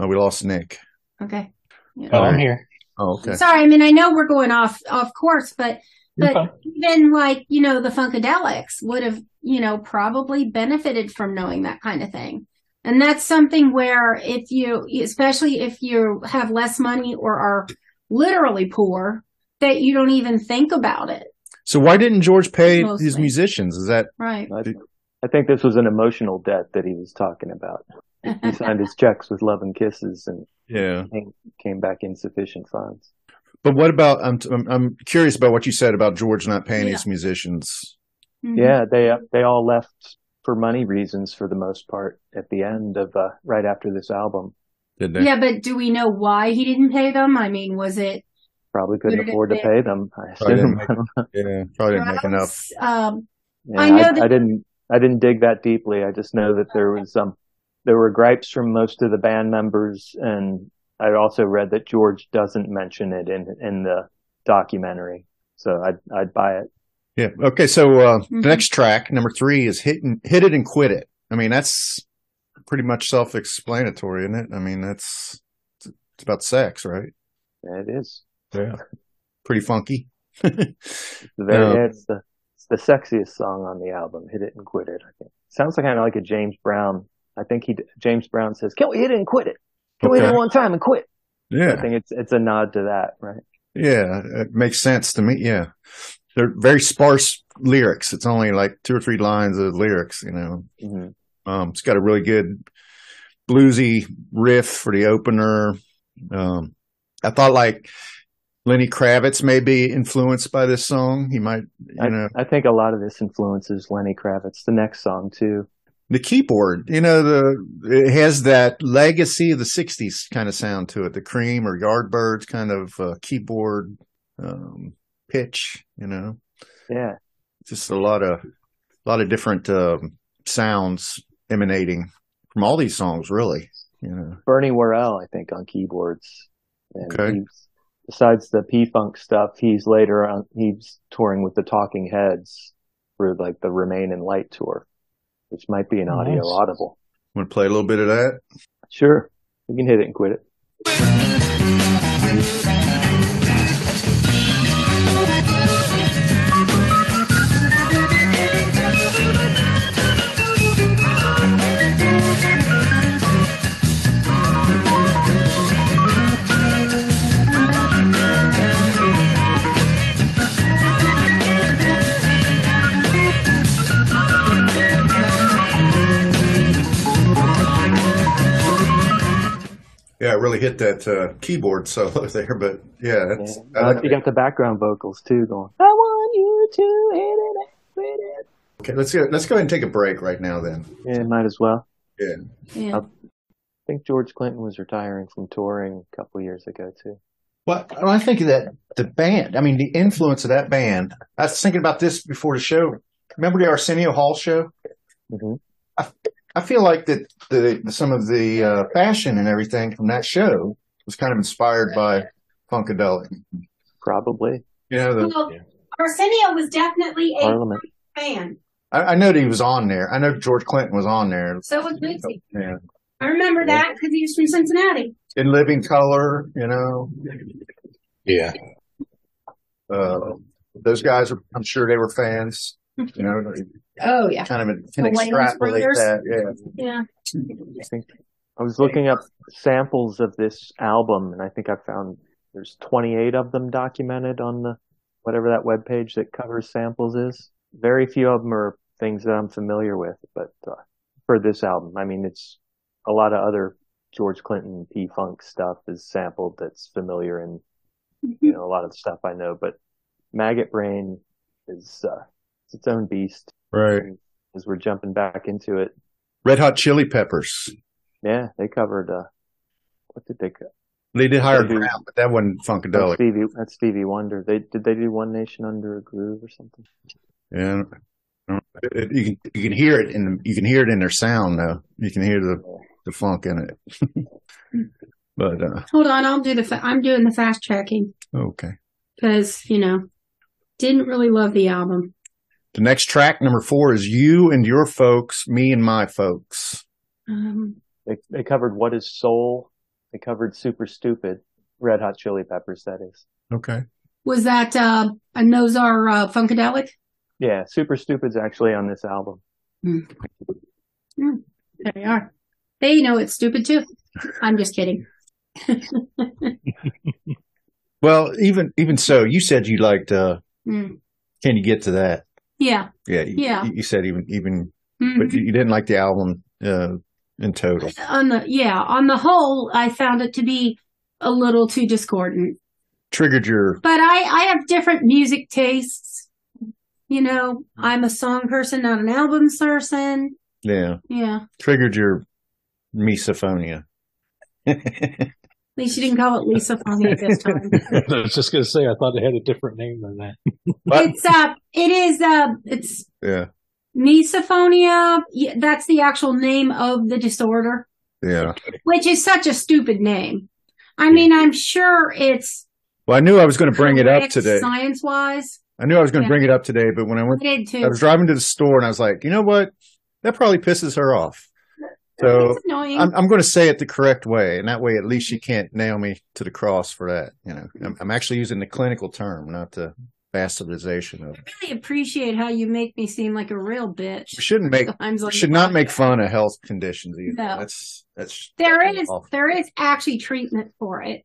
[SPEAKER 1] uh, we lost Nick.
[SPEAKER 2] okay. Yeah.
[SPEAKER 3] Oh, I'm here.
[SPEAKER 1] Oh, okay.
[SPEAKER 2] Sorry, I mean I know we're going off off course, but
[SPEAKER 3] You're
[SPEAKER 2] But-
[SPEAKER 3] fine.
[SPEAKER 2] even like you know the Funkadelics would have you know probably benefited from knowing that kind of thing, and that's something where if you especially if you have less money or are literally poor that you don't even think about it,
[SPEAKER 1] So why didn't George pay his
[SPEAKER 2] Mostly.
[SPEAKER 1] musicians? Is that
[SPEAKER 2] right?
[SPEAKER 4] I, I think this was an emotional debt that he was talking about. He signed his checks with love and kisses and
[SPEAKER 1] yeah?
[SPEAKER 4] came back insufficient funds.
[SPEAKER 1] But what about? I'm I'm, I'm curious about what you said about George not paying
[SPEAKER 2] Yeah.
[SPEAKER 1] his musicians.
[SPEAKER 2] Mm-hmm.
[SPEAKER 4] Yeah, they uh, they all left for money reasons for the most part at the end of uh, right after this album.
[SPEAKER 1] Did they?
[SPEAKER 2] yeah, but do we know why he didn't pay them? I mean, was it
[SPEAKER 4] Probably couldn't
[SPEAKER 2] Where did
[SPEAKER 4] afford to
[SPEAKER 2] they-
[SPEAKER 4] pay them. I
[SPEAKER 1] Probably didn't
[SPEAKER 4] assume.
[SPEAKER 1] make- Yeah, probably didn't make enough.
[SPEAKER 2] drugs? Um,
[SPEAKER 4] Yeah,
[SPEAKER 2] I know
[SPEAKER 4] I,
[SPEAKER 2] that-
[SPEAKER 4] I didn't. I didn't dig that deeply. I just know that there was um there were gripes from most of the band members, and I also read that George doesn't mention it in in the documentary. So I'd I'd buy it.
[SPEAKER 1] Yeah. Okay. So uh,
[SPEAKER 2] Mhm.
[SPEAKER 1] the next track, number three, is hit and, hit it and quit it. I mean, that's pretty much self-explanatory, isn't it? I mean, that's it's about sex, right?
[SPEAKER 4] Yeah, It is
[SPEAKER 1] Yeah. Pretty funky.
[SPEAKER 4] It's the very
[SPEAKER 1] Yeah.
[SPEAKER 4] it's the it's the sexiest song on the album. Hit it and quit it. I think sounds like kind of like a James Brown. I think he d- James Brown says, "Can we hit it and quit it? Can we hit
[SPEAKER 1] Okay.
[SPEAKER 4] it one time and quit?" I
[SPEAKER 1] Yeah.
[SPEAKER 4] think it's it's a nod to that, right?
[SPEAKER 1] Yeah. It makes sense to me. Yeah. They're very sparse lyrics. It's only like two or three lines of lyrics. You know,
[SPEAKER 4] hmm
[SPEAKER 1] um, it's got a really good bluesy riff for the opener. Um, I thought like Lenny Kravitz may be influenced by this song. He might, you
[SPEAKER 4] I,
[SPEAKER 1] know,
[SPEAKER 4] I think a lot of this influences Lenny Kravitz. The next song too.
[SPEAKER 1] the keyboard, you know, the, it has that legacy of the sixties kind of sound to it. The cream or Yardbirds kind of uh, keyboard, um, pitch, you know,
[SPEAKER 4] Yeah,
[SPEAKER 1] just a lot of, a lot of different, um, sounds emanating from all these songs, really, you know.
[SPEAKER 4] Bernie Worrell, I think, on keyboards. And
[SPEAKER 1] Okay.
[SPEAKER 4] he's- besides the P Funk stuff, he's later on. He's touring with the Talking Heads, through like the Remain in Light tour, which might be an audio
[SPEAKER 3] Nice.
[SPEAKER 4] audible.
[SPEAKER 1] Want to play a little bit of that?
[SPEAKER 4] Sure, we can hit it and quit it.
[SPEAKER 1] Yeah, it really hit that uh, keyboard solo there, but yeah, that's,
[SPEAKER 4] Yeah. Uh, you got the background vocals too going. I want you to hit it and quit it.
[SPEAKER 1] okay. Let's go, let's go ahead and take a break right now. Then
[SPEAKER 4] Yeah, might as well.
[SPEAKER 2] Yeah.
[SPEAKER 4] I think George Clinton was retiring from touring a couple years ago too.
[SPEAKER 1] Well, when I think of that the band, I mean the influence of that band. I was thinking about this before the show. Remember the Arsenio Hall show?
[SPEAKER 4] Mhm.
[SPEAKER 1] I, I feel like that the some of the uh, fashion and everything from that show was kind of inspired by Funkadelic.
[SPEAKER 4] Probably
[SPEAKER 1] You know, the,
[SPEAKER 2] Well, Arsenio was definitely a
[SPEAKER 4] Parliament.
[SPEAKER 2] fan.
[SPEAKER 1] I, I know that he was on there. I know George Clinton was on there.
[SPEAKER 2] So was Bootsy.
[SPEAKER 1] Yeah.
[SPEAKER 2] I remember that because he was from Cincinnati.
[SPEAKER 1] In Living Color, you know,
[SPEAKER 3] Yeah.
[SPEAKER 1] uh, those guys. Are, I'm sure they were fans. You know,
[SPEAKER 2] Oh yeah,
[SPEAKER 1] kind of can
[SPEAKER 2] The Wayans
[SPEAKER 1] extrapolate
[SPEAKER 2] brothers.
[SPEAKER 1] that. Yeah.
[SPEAKER 2] yeah.
[SPEAKER 4] I think I was looking up samples of this album, and I think I found there's 28 of them documented on the whatever that web page that covers samples is. Very few of them are things that I'm familiar with, but uh, for this album, I mean, it's a lot of other George Clinton P Funk stuff is sampled that's familiar and you know a lot of the stuff I know, but Maggot Brain is uh, it's its own beast
[SPEAKER 1] Right.
[SPEAKER 4] as we're jumping back into it.
[SPEAKER 1] Red Hot Chili Peppers.
[SPEAKER 4] Yeah, they covered uh what did they cover?
[SPEAKER 1] They did higher
[SPEAKER 4] Mhm.
[SPEAKER 1] ground, but that wasn't
[SPEAKER 4] That's
[SPEAKER 1] funkadelic.
[SPEAKER 4] Stevie that's Stevie Wonder. They did they do One Nation Under a Groove or something?
[SPEAKER 1] Yeah, It- it- you can you can hear it in you can hear it in their sound though. You can hear the the funk in it. but uh,
[SPEAKER 2] Hold on, I'll do the. Fa- I'm doing the fast checking
[SPEAKER 1] okay,
[SPEAKER 2] because you know didn't really love the album.
[SPEAKER 1] the next track number four is "You and Your Folks, Me and My Folks."
[SPEAKER 2] Um,
[SPEAKER 4] They they covered What Is Soul? They covered Super Stupid, Red Hot Chili Peppers, that is.
[SPEAKER 1] Okay,
[SPEAKER 2] was that uh, a Nozar uh, Funkadelic?
[SPEAKER 4] Yeah, Super Stupid's actually on this album.
[SPEAKER 2] They are. They know it's stupid too. I'm just kidding.
[SPEAKER 1] well, even even so, you said you liked. Uh,
[SPEAKER 2] Mm.
[SPEAKER 1] can you get to that?
[SPEAKER 2] Yeah.
[SPEAKER 1] Yeah, you,
[SPEAKER 2] Yeah.
[SPEAKER 1] You said even even,
[SPEAKER 2] Mhm.
[SPEAKER 1] but you, you didn't like the album uh, in total.
[SPEAKER 2] on the yeah on the whole, I found it to be a little too discordant.
[SPEAKER 1] Triggered your
[SPEAKER 2] but I, I have different music tastes. You know, I'm a song person, not an album person.
[SPEAKER 1] yeah
[SPEAKER 2] Yeah. At
[SPEAKER 1] triggered your misophonia.
[SPEAKER 2] least you didn't call it Lisa Fonny this time.
[SPEAKER 3] I was just going to say, I thought they had a different name than that.
[SPEAKER 1] What?
[SPEAKER 2] It's uh it is uh it's
[SPEAKER 1] Yeah,
[SPEAKER 2] misophonia. Yeah, That's the actual name of the disorder,
[SPEAKER 1] yeah.
[SPEAKER 2] which is such a stupid name. I mean, I'm sure it's
[SPEAKER 1] Well, I knew I was going to bring it up
[SPEAKER 2] correct
[SPEAKER 1] today.
[SPEAKER 2] science wise.
[SPEAKER 1] I knew I was going to bring it up today, but when I
[SPEAKER 2] I
[SPEAKER 1] went,
[SPEAKER 2] did
[SPEAKER 1] I
[SPEAKER 2] too.
[SPEAKER 1] was driving to the store and I was like, you know what? That probably pisses her off. So
[SPEAKER 2] it's annoying.
[SPEAKER 1] I'm, I'm going to say it the correct way, and that way at least she can't nail me to the cross for that. You know, I'm, I'm actually using the clinical term, not the bastardization of.
[SPEAKER 2] I really appreciate how you make me seem like a real
[SPEAKER 1] We
[SPEAKER 2] bitch.
[SPEAKER 1] shouldn't make
[SPEAKER 2] Sometimes on
[SPEAKER 1] we
[SPEAKER 2] the
[SPEAKER 1] should not make
[SPEAKER 2] podcast.
[SPEAKER 1] fun of health conditions either.
[SPEAKER 2] No.
[SPEAKER 1] That's that's
[SPEAKER 2] There is
[SPEAKER 1] awful.
[SPEAKER 2] there is actually treatment for it.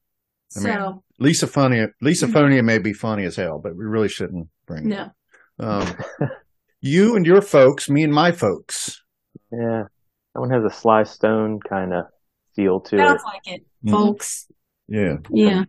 [SPEAKER 1] I
[SPEAKER 2] So
[SPEAKER 1] mean, Lisophonia, lisophonia may be funny as hell, but we really shouldn't bring it.
[SPEAKER 2] no.
[SPEAKER 1] Um, you and your folks, me and my folks.
[SPEAKER 4] Yeah. That one has a Sly Stone kind of feel to it.
[SPEAKER 2] Sounds like it,
[SPEAKER 1] Mm.
[SPEAKER 2] folks.
[SPEAKER 1] Yeah.
[SPEAKER 2] Yeah.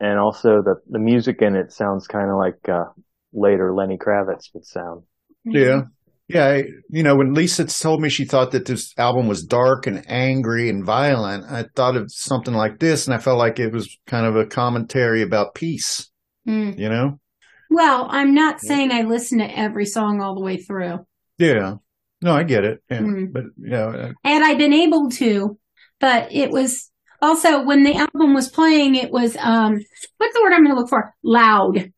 [SPEAKER 4] And also the the music in it sounds kind of like uh later Lenny Kravitz would sound.
[SPEAKER 1] Yeah. Yeah. I, you know, when Lisa told me she thought that this album was dark and angry and violent, I thought of something like this and I felt like it was kind of a commentary about peace,
[SPEAKER 2] Mm.
[SPEAKER 1] you know?
[SPEAKER 2] Well, I'm not saying I listen to every song all the way through.
[SPEAKER 1] Yeah. No, I get it. Yeah.
[SPEAKER 2] Mm.
[SPEAKER 1] But, you know, uh,
[SPEAKER 2] Had I been able to, but it was also when the album was playing, it was um what's the word I'm gonna look for? Loud.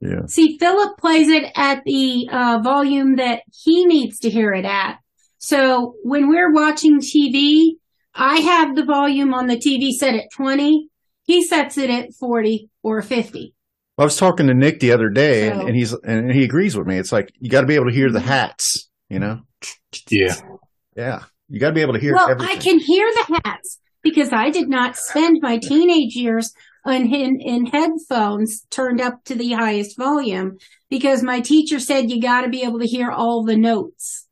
[SPEAKER 1] Yeah.
[SPEAKER 2] See, Philip plays it at the uh, volume that he needs to hear it at. So when we're watching TV, I have the volume on the TV set at 20. He sets it at 40 or 50.
[SPEAKER 1] I was talking to Nick the other day, and,
[SPEAKER 2] So- Mm-hmm.
[SPEAKER 1] and he's and he agrees with me. It's like you got to be able to hear the hats, you know?
[SPEAKER 3] Yeah.
[SPEAKER 1] Yeah, you got to be able to hear.
[SPEAKER 2] well,
[SPEAKER 1] everything.
[SPEAKER 2] I can hear the hats because I did not spend my teenage years on in, in headphones turned up to the highest volume because my teacher said you got to be able to hear all the notes.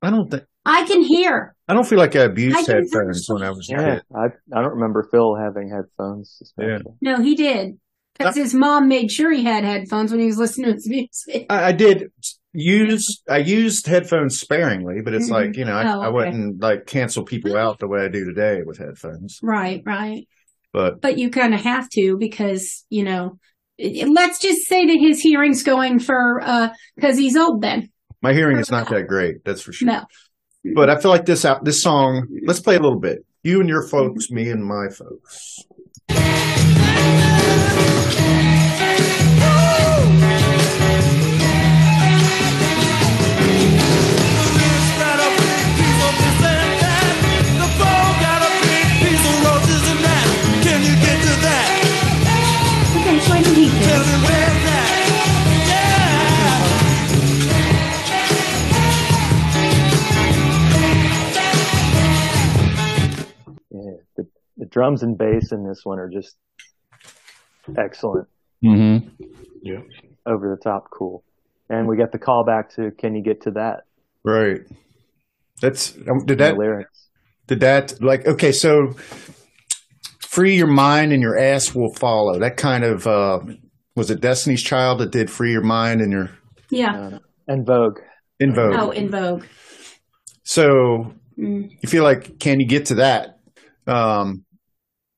[SPEAKER 1] I don't think
[SPEAKER 2] I can hear.
[SPEAKER 1] I don't feel like I
[SPEAKER 2] I
[SPEAKER 1] abused
[SPEAKER 2] can
[SPEAKER 1] headphones when I was a
[SPEAKER 4] Yeah,
[SPEAKER 1] kid.
[SPEAKER 4] I I don't remember Phil having headphones. Especially.
[SPEAKER 2] No, he did because his mom made sure he had headphones when he was listening to his music.
[SPEAKER 1] I, I did use I used headphones sparingly, but it's
[SPEAKER 2] Mhm.
[SPEAKER 1] like you know I,
[SPEAKER 2] Oh,
[SPEAKER 1] I
[SPEAKER 2] okay. Mm-hmm.
[SPEAKER 1] wouldn't like cancel people out the way I do today with headphones.
[SPEAKER 2] Right, right.
[SPEAKER 1] But
[SPEAKER 2] but you kind of have to because you know it- it- let's just say that his hearing's going for uh because he's old then
[SPEAKER 1] my hearing is not that great, that's for sure.
[SPEAKER 2] no Mm-hmm.
[SPEAKER 1] But I feel like this out this song. Let's play a little bit. You and your folks, me and my folks.
[SPEAKER 5] got a big piece of this and that. The phone got a big piece of roses and that. Can you get to that?
[SPEAKER 2] okay so i don't hate this
[SPEAKER 5] Tell me where's that? Yeah.
[SPEAKER 4] Yeah, the, the drums and bass in this one are just excellent,
[SPEAKER 1] Mm-hmm.
[SPEAKER 3] Yeah.
[SPEAKER 4] over the top, cool. And we got the callback to "Can you get to that?"
[SPEAKER 1] Right. That's um, did
[SPEAKER 4] in the
[SPEAKER 1] that
[SPEAKER 4] lyrics.
[SPEAKER 1] Did that like okay? So free your mind and your ass will follow. That kind of uh, was it Destiny's Child that did free your mind and your
[SPEAKER 2] yeah
[SPEAKER 1] Oh.
[SPEAKER 4] Um, and Vogue.
[SPEAKER 1] in vogue.
[SPEAKER 2] oh in vogue
[SPEAKER 1] So
[SPEAKER 2] Mm.
[SPEAKER 1] you feel like can you get to that? Um,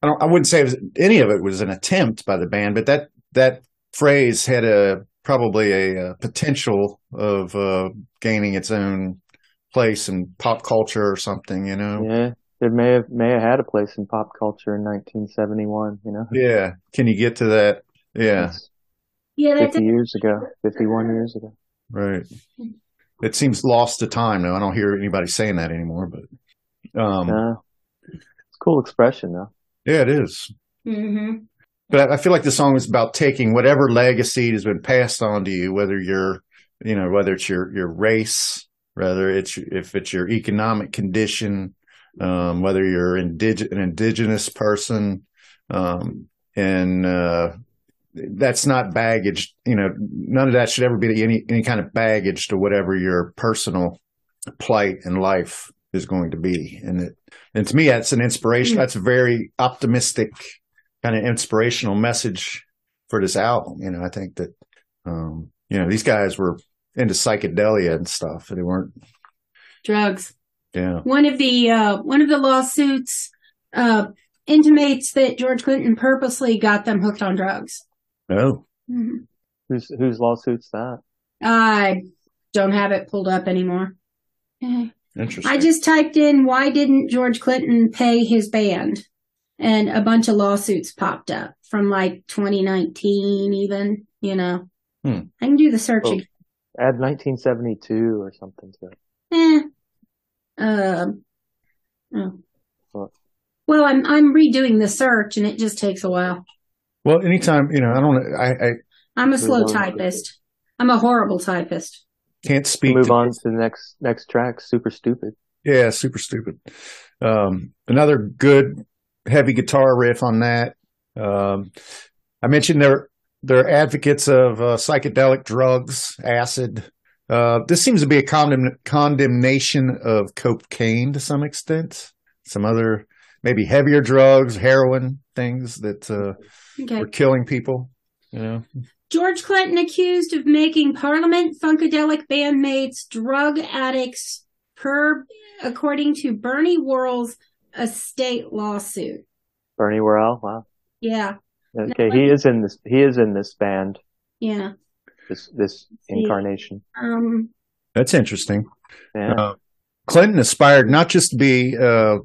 [SPEAKER 1] I don't. I wouldn't say it was, any of it was an attempt by the band, but that that phrase had a probably a, uh potential of uh, gaining its own place in pop culture or something. You know.
[SPEAKER 4] Yeah, it may have may have had a place in pop culture in 1971. You know,
[SPEAKER 1] yeah. Can you get to that? Yeah.
[SPEAKER 4] It's
[SPEAKER 2] yeah that's
[SPEAKER 4] 50
[SPEAKER 2] it.
[SPEAKER 4] years ago, 51 years ago.
[SPEAKER 1] Right. It seems lost to time now. I don't hear anybody saying that anymore, but um
[SPEAKER 4] Uh, it's a cool expression though.
[SPEAKER 1] yeah, it is.
[SPEAKER 2] hmm
[SPEAKER 1] But I I feel like the song is about taking whatever legacy has been passed on to you, whether you're, you know, whether it's your your race, whether it's if it's your economic condition, um, whether you're indig- an indigenous person, um, and uh, that's not baggage. You know, none of that should ever be any any kind of baggage to whatever your personal plight in life is going to be. And it, and to me, that's an inspiration. That's a very optimistic kind of inspirational message for this album. You know, I think that, um, you know, these guys were into psychedelia and stuff. They weren't,
[SPEAKER 2] drugs
[SPEAKER 1] yeah,
[SPEAKER 2] one of the uh one of the lawsuits uh intimates that george clinton purposely got them hooked on drugs
[SPEAKER 1] no,
[SPEAKER 2] Mhm.
[SPEAKER 4] Whose whose lawsuit's that?
[SPEAKER 2] i don't have it pulled up anymore Eh.
[SPEAKER 1] interesting.
[SPEAKER 2] I just typed in why didn't George Clinton pay his band? And a bunch of lawsuits popped up from like 2019, even, you know.
[SPEAKER 1] Hmm.
[SPEAKER 2] I can do the searching.
[SPEAKER 4] Add 1972 or something to it.
[SPEAKER 2] Eh. Um, oh.
[SPEAKER 4] What?
[SPEAKER 2] Well, I'm I'm redoing the search and it just takes a while.
[SPEAKER 1] well, anytime, you know, I don't, I, I
[SPEAKER 2] I'm a
[SPEAKER 4] Move
[SPEAKER 2] slow
[SPEAKER 4] on.
[SPEAKER 2] typist. I'm a horrible typist.
[SPEAKER 1] can't speak
[SPEAKER 4] Move
[SPEAKER 1] to-
[SPEAKER 4] on to the next next track. Super stupid.
[SPEAKER 1] Yeah, super stupid. Um, another good heavy guitar riff on that. Um, I mentioned they're they're advocates of uh, psychedelic drugs, acid. Uh, this seems to be a condemn- condemnation of cocaine to some extent. Some other maybe heavier drugs, heroin things that uh,
[SPEAKER 2] Okay.
[SPEAKER 1] were killing people. You know,
[SPEAKER 2] George Clinton accused of making Parliament Funkadelic bandmates drug addicts per, according to Bernie Worrell's estate lawsuit.
[SPEAKER 4] Bernie Worrell. Wow.
[SPEAKER 2] Yeah,
[SPEAKER 4] Okay, he is in this. He is in this band.
[SPEAKER 2] yeah.
[SPEAKER 4] This this
[SPEAKER 2] See.
[SPEAKER 4] incarnation.
[SPEAKER 2] Um,
[SPEAKER 1] that's interesting.
[SPEAKER 4] Yeah.
[SPEAKER 1] Uh, Clinton aspired not just to be uh,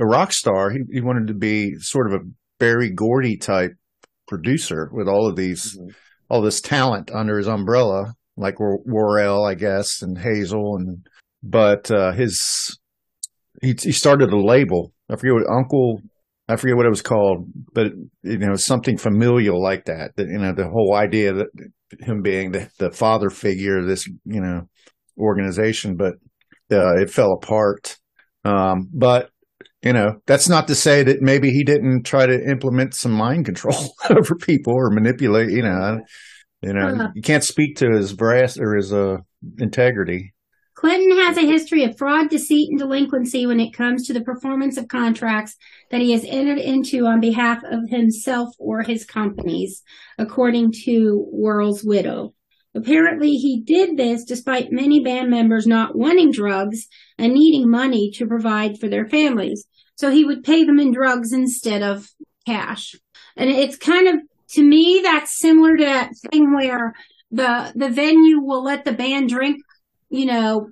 [SPEAKER 1] a rock star; he, he wanted to be sort of a Barry Gordy type producer with all of these all this talent under his umbrella, like Wor- Worrell, I guess, and Hazel, and but uh, his he, he started a label. I forget what Uncle, I forget what it was called, but you know something familial like that. That you know the whole idea that him being the, the father figure of this you know organization, but uh, it fell apart. Um, but you know that's not to say that maybe he didn't try to implement some mind control over people or manipulate. You know, you know
[SPEAKER 2] Uh-huh.
[SPEAKER 1] you can't speak to his brass or his uh, integrity.
[SPEAKER 2] Clinton has a history of fraud, deceit, and delinquency when it comes to the performance of contracts that he has entered into on behalf of himself or his companies, according to Worrell's widow. Apparently, he did this despite many band members not wanting drugs and needing money to provide for their families. So he would pay them in drugs instead of cash. And it's kind of, to me, that's similar to that thing where the, the venue will let the band drink, you know,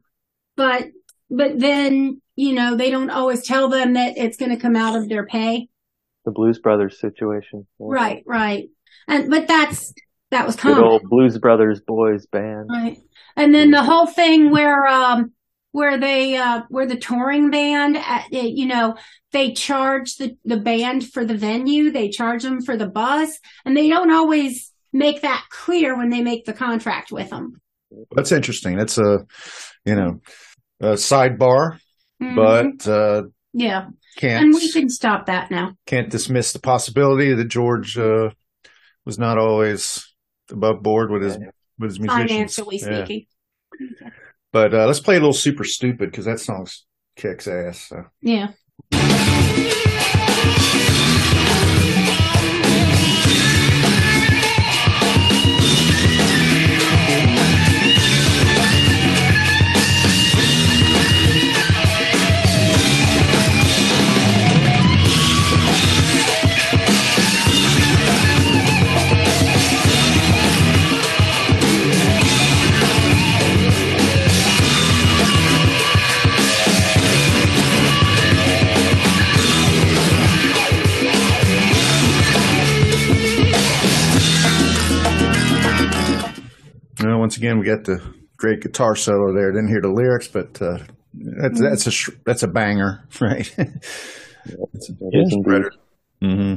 [SPEAKER 2] but but then you know they don't always tell them that it's going to come out of their pay
[SPEAKER 4] The Blues Brothers situation. Yeah.
[SPEAKER 2] right right and but that's that was
[SPEAKER 4] Good
[SPEAKER 2] common
[SPEAKER 4] old Blues Brothers boys band.
[SPEAKER 2] right and then the whole thing where um where they uh where the touring band uh, it- you know they charge the the band for the venue they charge them for the bus and they don't always make that clear when they make the contract with them
[SPEAKER 1] That's interesting. That's a you know a sidebar,
[SPEAKER 2] Mhm.
[SPEAKER 1] but uh,
[SPEAKER 2] yeah
[SPEAKER 1] can't
[SPEAKER 2] and we can stop that now
[SPEAKER 1] can't dismiss the possibility that George uh, was not always above board with his with his musicians.
[SPEAKER 2] financially
[SPEAKER 1] Yeah.
[SPEAKER 2] speaking
[SPEAKER 1] But uh, let's play a little super stupid because that song kicks ass. So.
[SPEAKER 2] yeah.
[SPEAKER 1] Uh, once again, we got the great guitar solo there. Didn't hear the lyrics, but uh, that's
[SPEAKER 2] Mm.
[SPEAKER 1] that's a sh- that's a banger, right?
[SPEAKER 4] Yes, indeed.
[SPEAKER 1] hmm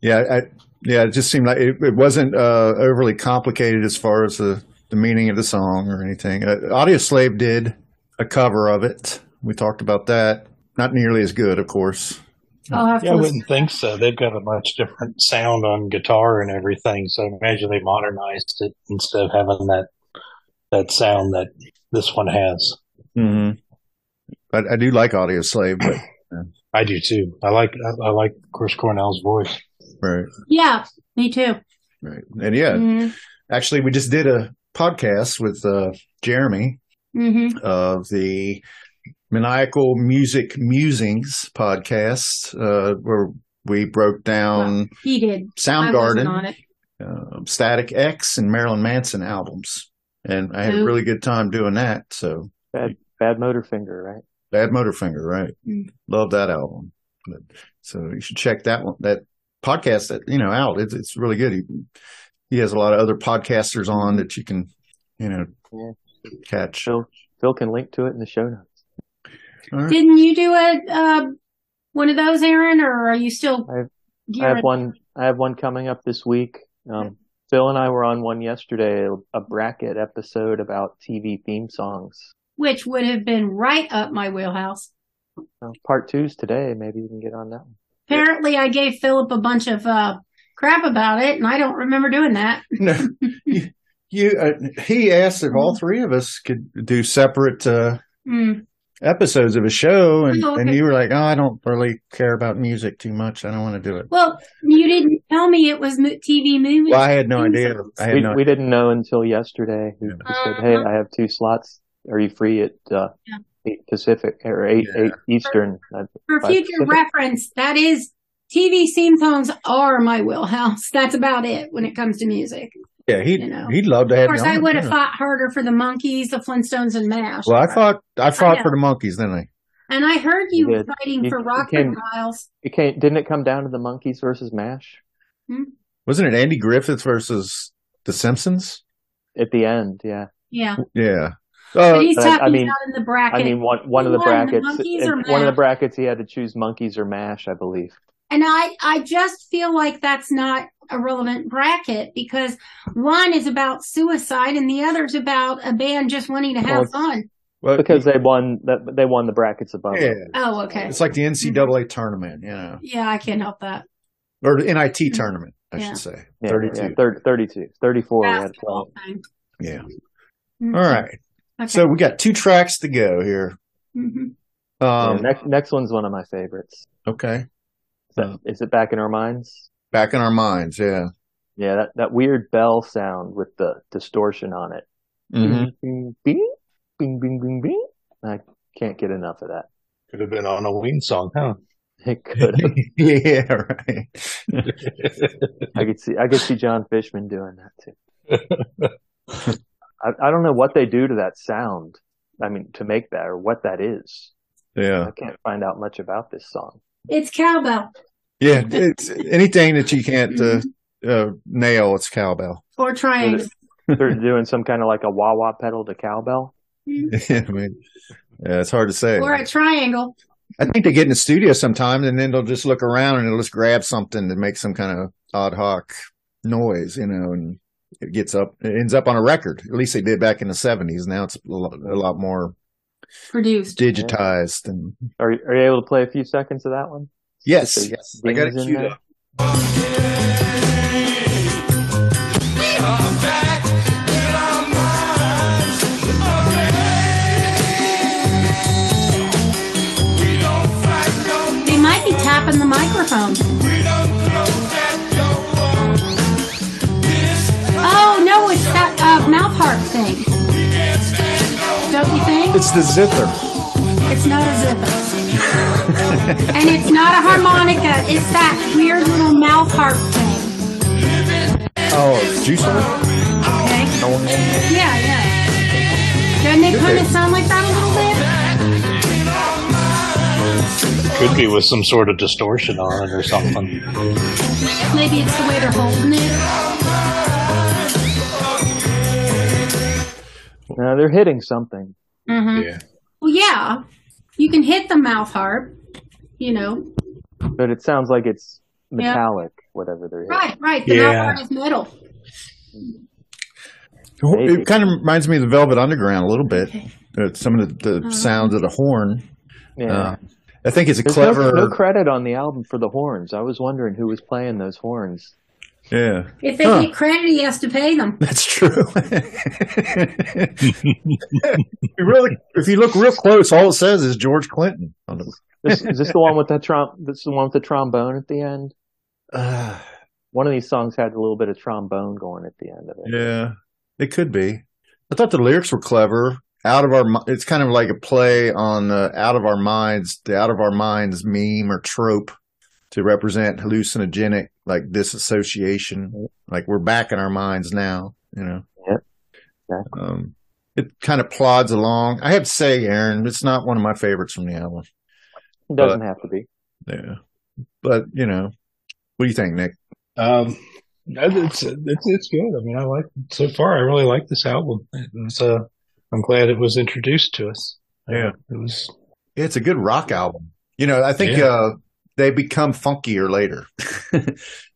[SPEAKER 1] Yeah, I, yeah. It just seemed like it, it wasn't uh, overly complicated as far as the, the meaning of the song or anything. Uh, Audio Slave did a cover of it. We talked about that. Not nearly as good, of course.
[SPEAKER 2] I'll have
[SPEAKER 3] Yeah, I
[SPEAKER 2] to listen.
[SPEAKER 3] wouldn't think so. They've got a much different sound on guitar and everything, so I imagine they modernized it instead of having that that sound that this one has.
[SPEAKER 1] Mm-hmm. But I do like Audio Slave. But,
[SPEAKER 3] I do too. I like I, I like Chris Cornell's voice.
[SPEAKER 1] right,
[SPEAKER 2] Yeah, me too.
[SPEAKER 1] right, and yeah.
[SPEAKER 2] Mm-hmm.
[SPEAKER 1] Actually, we just did a podcast with uh, Jeremy
[SPEAKER 2] Mm-hmm.
[SPEAKER 1] of the Maniacal Music Musings podcast, uh, where we broke down.
[SPEAKER 2] He did. I wasn't on
[SPEAKER 1] Soundgarden,
[SPEAKER 2] it.
[SPEAKER 1] uh, Static X, and Marilyn Manson albums. And I had a
[SPEAKER 2] Ooh.
[SPEAKER 1] really good time doing that. So
[SPEAKER 4] Bad Motor Finger, right?
[SPEAKER 1] Bad Motorfinger, right?
[SPEAKER 2] Mm.
[SPEAKER 1] Love that album. But, so you should check that one, that podcast that you know out. It's it's really good. He, he has a lot of other podcasters on that you can, you know,
[SPEAKER 4] Yeah.
[SPEAKER 1] catch.
[SPEAKER 4] Phil, Phil can link to it in the show notes.
[SPEAKER 1] All right.
[SPEAKER 2] Didn't you do a uh, one of those, Aaron, or are you still?
[SPEAKER 4] I have- I
[SPEAKER 2] gearing-
[SPEAKER 4] have one. I have one coming up this week. Um, Phil and I were on one yesterday, a bracket episode about TV theme songs.
[SPEAKER 2] which would have been right up my wheelhouse.
[SPEAKER 4] Uh, part two's today. Maybe we can get on that one.
[SPEAKER 2] Apparently, I gave Philip a bunch of uh, crap about it, and I don't remember doing that.
[SPEAKER 1] No, you, you uh, he asked if all three of us could do separate uh,
[SPEAKER 2] Mm.
[SPEAKER 1] episodes of a show, and,
[SPEAKER 2] Oh, okay.
[SPEAKER 1] and you were like, "Oh, I don't really care about music too much. I don't want to do it."
[SPEAKER 2] Well, you didn't tell me it was mo- TV movies.
[SPEAKER 1] Well, I had no
[SPEAKER 2] theme
[SPEAKER 1] idea.
[SPEAKER 2] songs.
[SPEAKER 1] I had
[SPEAKER 4] we,
[SPEAKER 1] no.
[SPEAKER 4] we didn't know until yesterday. He he said, "Hey,
[SPEAKER 2] Uh-huh.
[SPEAKER 4] I have two slots. Are you free at uh,
[SPEAKER 2] Yeah.
[SPEAKER 4] eight Pacific or eight
[SPEAKER 1] Yeah.
[SPEAKER 4] eight Eastern?" Uh, I,
[SPEAKER 2] For
[SPEAKER 4] I-
[SPEAKER 2] future reference, that is TV theme songs are my wheelhouse. That's about it when it comes to music.
[SPEAKER 1] yeah, he
[SPEAKER 2] you know.
[SPEAKER 1] he'd love to have.
[SPEAKER 2] Of course,
[SPEAKER 1] me on,
[SPEAKER 2] I would have
[SPEAKER 1] yeah.
[SPEAKER 2] fought harder for the monkeys, the Flintstones, and MASH.
[SPEAKER 1] Well, I fought. I fought
[SPEAKER 2] know.
[SPEAKER 1] for the monkeys, didn't I?
[SPEAKER 2] And I heard you
[SPEAKER 4] You
[SPEAKER 2] were
[SPEAKER 4] did.
[SPEAKER 2] fighting
[SPEAKER 4] You-
[SPEAKER 2] for
[SPEAKER 4] you
[SPEAKER 2] Rockford
[SPEAKER 4] came-
[SPEAKER 2] Files.
[SPEAKER 4] it came, didn't it come down to the Monkeys versus Mash?
[SPEAKER 1] Wasn't it Andy Griffith versus The Simpsons?
[SPEAKER 4] at the end. Yeah,
[SPEAKER 2] Yeah.
[SPEAKER 1] Yeah.
[SPEAKER 2] But
[SPEAKER 1] Uh,
[SPEAKER 2] he's
[SPEAKER 4] I-
[SPEAKER 2] talking
[SPEAKER 4] I mean-
[SPEAKER 2] about in the bracket.
[SPEAKER 4] I mean one one of the
[SPEAKER 2] Who won, the
[SPEAKER 4] brackets.
[SPEAKER 2] monkeys
[SPEAKER 4] in-
[SPEAKER 2] or
[SPEAKER 4] one of the
[SPEAKER 2] mash?
[SPEAKER 4] brackets, he had to choose monkeys or mash, I believe.
[SPEAKER 2] and I, I just feel like that's not a relevant bracket because one is about suicide and the other's about a band just wanting to
[SPEAKER 4] Well,
[SPEAKER 2] have
[SPEAKER 4] it's-
[SPEAKER 2] fun.
[SPEAKER 1] well,
[SPEAKER 4] Because they won that they won the brackets above.
[SPEAKER 1] yeah,
[SPEAKER 4] it.
[SPEAKER 2] Oh, okay.
[SPEAKER 1] it's like the NCAA tournament, you know,
[SPEAKER 2] Yeah, I can't help that.
[SPEAKER 1] or the NIT tournament, I
[SPEAKER 2] Mm-hmm. Yeah.
[SPEAKER 1] should say.
[SPEAKER 4] Yeah,
[SPEAKER 1] 32.
[SPEAKER 4] yeah, thir- 32, 34. we had to play.
[SPEAKER 2] Basketball thing.
[SPEAKER 1] Yeah.
[SPEAKER 2] Mhm.
[SPEAKER 1] All right.
[SPEAKER 2] Okay.
[SPEAKER 1] So we got two tracks to go here.
[SPEAKER 2] Mhm.
[SPEAKER 1] Um,
[SPEAKER 4] Yeah, next next one's one of my favorites.
[SPEAKER 1] okay.
[SPEAKER 4] Is, that,
[SPEAKER 1] Oh.
[SPEAKER 4] is it back in our minds?
[SPEAKER 1] Back in our minds. Yeah.
[SPEAKER 4] Yeah, that, that weird bell sound with the distortion on it.
[SPEAKER 1] Mhm.
[SPEAKER 4] Bing, bing, bing, bing, bing, bing. I can't get enough of that.
[SPEAKER 3] Could have been on a Ween song, huh?
[SPEAKER 4] It could.
[SPEAKER 1] yeah. Right.
[SPEAKER 4] I could see. I could see John Fishman doing that too. I, I don't know what they do to that sound. I mean, to make that or what that is.
[SPEAKER 1] Yeah.
[SPEAKER 4] I can't find out much about this song.
[SPEAKER 2] It's cowbell
[SPEAKER 1] Yeah. It's anything that you can't uh, uh, nail, it's cowbell.
[SPEAKER 2] or triangle.
[SPEAKER 4] They're doing some kind of like a wah wah pedal to cowbell.
[SPEAKER 1] I mean, yeah, it's hard to say.
[SPEAKER 2] Or a triangle.
[SPEAKER 1] I think they get in the studio sometime and then they'll just look around and they'll just grab something to make some kind of odd hoc noise, you know, and it gets up, it ends up on a record. At least they did back in the 70s. Now it's a lot, a lot more
[SPEAKER 2] Produced.
[SPEAKER 1] digitized. And
[SPEAKER 4] Are you- Are you able to play a few seconds of that one?
[SPEAKER 1] yes,
[SPEAKER 4] Just
[SPEAKER 1] yes,
[SPEAKER 4] the
[SPEAKER 1] I got it
[SPEAKER 4] dings in
[SPEAKER 1] queued
[SPEAKER 4] there?
[SPEAKER 1] up.
[SPEAKER 2] They might be tapping the microphone. Oh no, it's that uh, mouth harp thing. Don't you think?
[SPEAKER 1] It's the zither.
[SPEAKER 2] It's not a zither. and it's not a harmonica. It's that weird little mouth harp thing.
[SPEAKER 1] Oh, Juice WRLD?
[SPEAKER 2] Okay.
[SPEAKER 1] No one-
[SPEAKER 2] Yeah, yeah. Doesn't it kind of sound like that a little bit?
[SPEAKER 3] Could be with some sort of distortion on it or something.
[SPEAKER 2] Maybe it's the way they're holding it.
[SPEAKER 4] No, Uh, they're hitting something.
[SPEAKER 2] Mm-hmm.
[SPEAKER 3] Yeah.
[SPEAKER 2] Well, yeah. You can hit the mouth harp. You know.
[SPEAKER 4] But it sounds like it's
[SPEAKER 2] Yeah.
[SPEAKER 4] metallic, whatever they're hitting.
[SPEAKER 2] Right, right. The
[SPEAKER 3] Yeah.
[SPEAKER 2] mouth harp is metal.
[SPEAKER 4] Maybe.
[SPEAKER 1] It kind of reminds me of the Velvet Underground a little bit. Uh, Some of the, the sounds of the horn.
[SPEAKER 4] Yeah.
[SPEAKER 1] Uh, I think it's a
[SPEAKER 4] There's no-
[SPEAKER 1] clever.
[SPEAKER 4] No, credit on the album for the horns. I was wondering who was playing those horns.
[SPEAKER 1] yeah.
[SPEAKER 2] If they
[SPEAKER 1] Huh.
[SPEAKER 2] get credit, he has to pay them.
[SPEAKER 1] That's true. If you really, if you look real close, all it says is George Clinton. On the,
[SPEAKER 4] This, is this the one with the trom- This is the one with the trombone at the end.
[SPEAKER 1] uh,
[SPEAKER 4] One of these songs had a little bit of trombone going at the end of it.
[SPEAKER 1] yeah, it could be. I thought the lyrics were clever. Out of our, mi- it's kind of like a play on the out of our minds, the out of our minds meme or trope to represent hallucinogenic like disassociation. Like we're back in our minds now, you know.
[SPEAKER 4] Yep. Exactly.
[SPEAKER 1] Um, it kind of plods along. I have to say, Aaron, it's not one of my favorites from the album.
[SPEAKER 4] It doesn't have to be.
[SPEAKER 1] Yeah. But, you know, what do you think, Nick?
[SPEAKER 3] Um, no, it's, it's it's good. I mean, I like so far. I really like this album. It was, uh, I'm glad it was introduced to us.
[SPEAKER 1] Yeah.
[SPEAKER 3] it was.
[SPEAKER 1] It's a good rock album. You know, I think
[SPEAKER 3] Yeah.
[SPEAKER 1] uh, they become funkier later.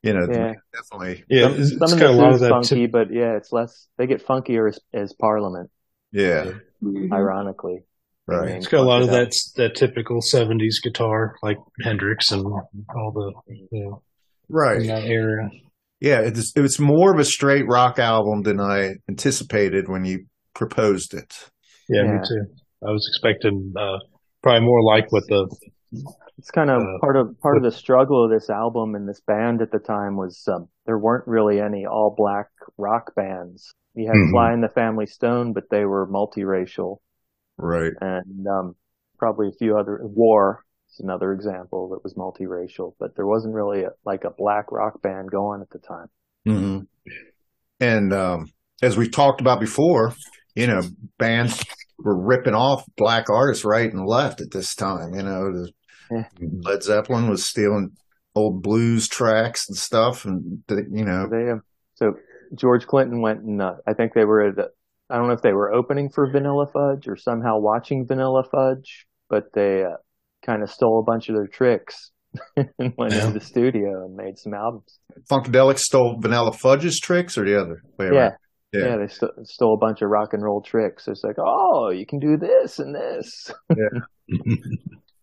[SPEAKER 1] you know,
[SPEAKER 4] Yeah.
[SPEAKER 1] definitely.
[SPEAKER 3] Yeah,
[SPEAKER 4] some,
[SPEAKER 3] it's,
[SPEAKER 4] some
[SPEAKER 3] it's
[SPEAKER 4] of
[SPEAKER 3] got a
[SPEAKER 4] this
[SPEAKER 3] lot
[SPEAKER 4] is
[SPEAKER 3] of that.
[SPEAKER 4] funky,
[SPEAKER 3] Tip,
[SPEAKER 4] but yeah, it's less. They get funkier as, as Parliament,
[SPEAKER 1] Yeah.
[SPEAKER 3] Yeah.
[SPEAKER 4] ironically.
[SPEAKER 1] Right.
[SPEAKER 3] it's got a lot of that that typical '70s guitar, like Hendrix and all the you know in
[SPEAKER 1] Right.
[SPEAKER 3] that era.
[SPEAKER 1] Yeah. It's, it's more of a straight rock album than I anticipated when you proposed it.
[SPEAKER 3] Yeah, me
[SPEAKER 4] Yeah.
[SPEAKER 3] too. I was expecting uh, probably more like what the
[SPEAKER 4] It's kind of
[SPEAKER 3] uh,
[SPEAKER 4] part of part of the struggle of this album and this band at the time was um, there weren't really any all black rock bands. You had
[SPEAKER 3] Mhm.
[SPEAKER 4] Fly and the Family Stone, but they were multiracial,
[SPEAKER 1] Right.
[SPEAKER 4] and um, probably a few other. War is another example that was multiracial, but there wasn't really a, like a black rock band going at the time.
[SPEAKER 1] hmm And um, as we've talked about before, you know, bands were ripping off black artists right and left at this time. You know, the,
[SPEAKER 4] Yeah.
[SPEAKER 1] Led Zeppelin was stealing old blues tracks and stuff, and th- you know,
[SPEAKER 4] They, um, so George Clinton went and uh, I think they were at, I don't know if they were opening for Vanilla Fudge or somehow watching Vanilla Fudge, but they uh, kind of stole a bunch of their tricks and went
[SPEAKER 3] Yeah.
[SPEAKER 4] into the studio and made some albums.
[SPEAKER 1] Funkadelic stole Vanilla Fudge's tricks or the other way
[SPEAKER 4] Yeah.
[SPEAKER 1] around?
[SPEAKER 4] Yeah,
[SPEAKER 1] Yeah.
[SPEAKER 4] they st- stole a bunch of rock and roll tricks. It's like, oh, you can do this and this.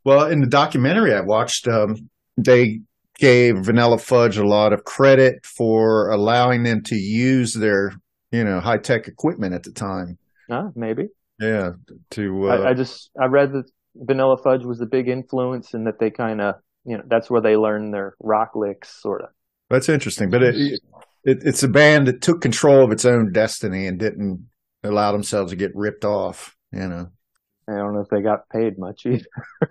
[SPEAKER 1] Well, in the documentary I watched, um, they gave Vanilla Fudge a lot of credit for allowing them to use their, you know, high tech equipment at the time.
[SPEAKER 4] Huh, maybe.
[SPEAKER 1] Yeah, to uh,
[SPEAKER 4] I, I just I read that Vanilla Fudge was the big influence and that they kind of you know that's where they learned their rock licks sort of.
[SPEAKER 1] that's interesting. But it, it it's a band that took control of its own destiny and didn't allow themselves to get ripped off. You know,
[SPEAKER 4] I don't know if they got paid much either.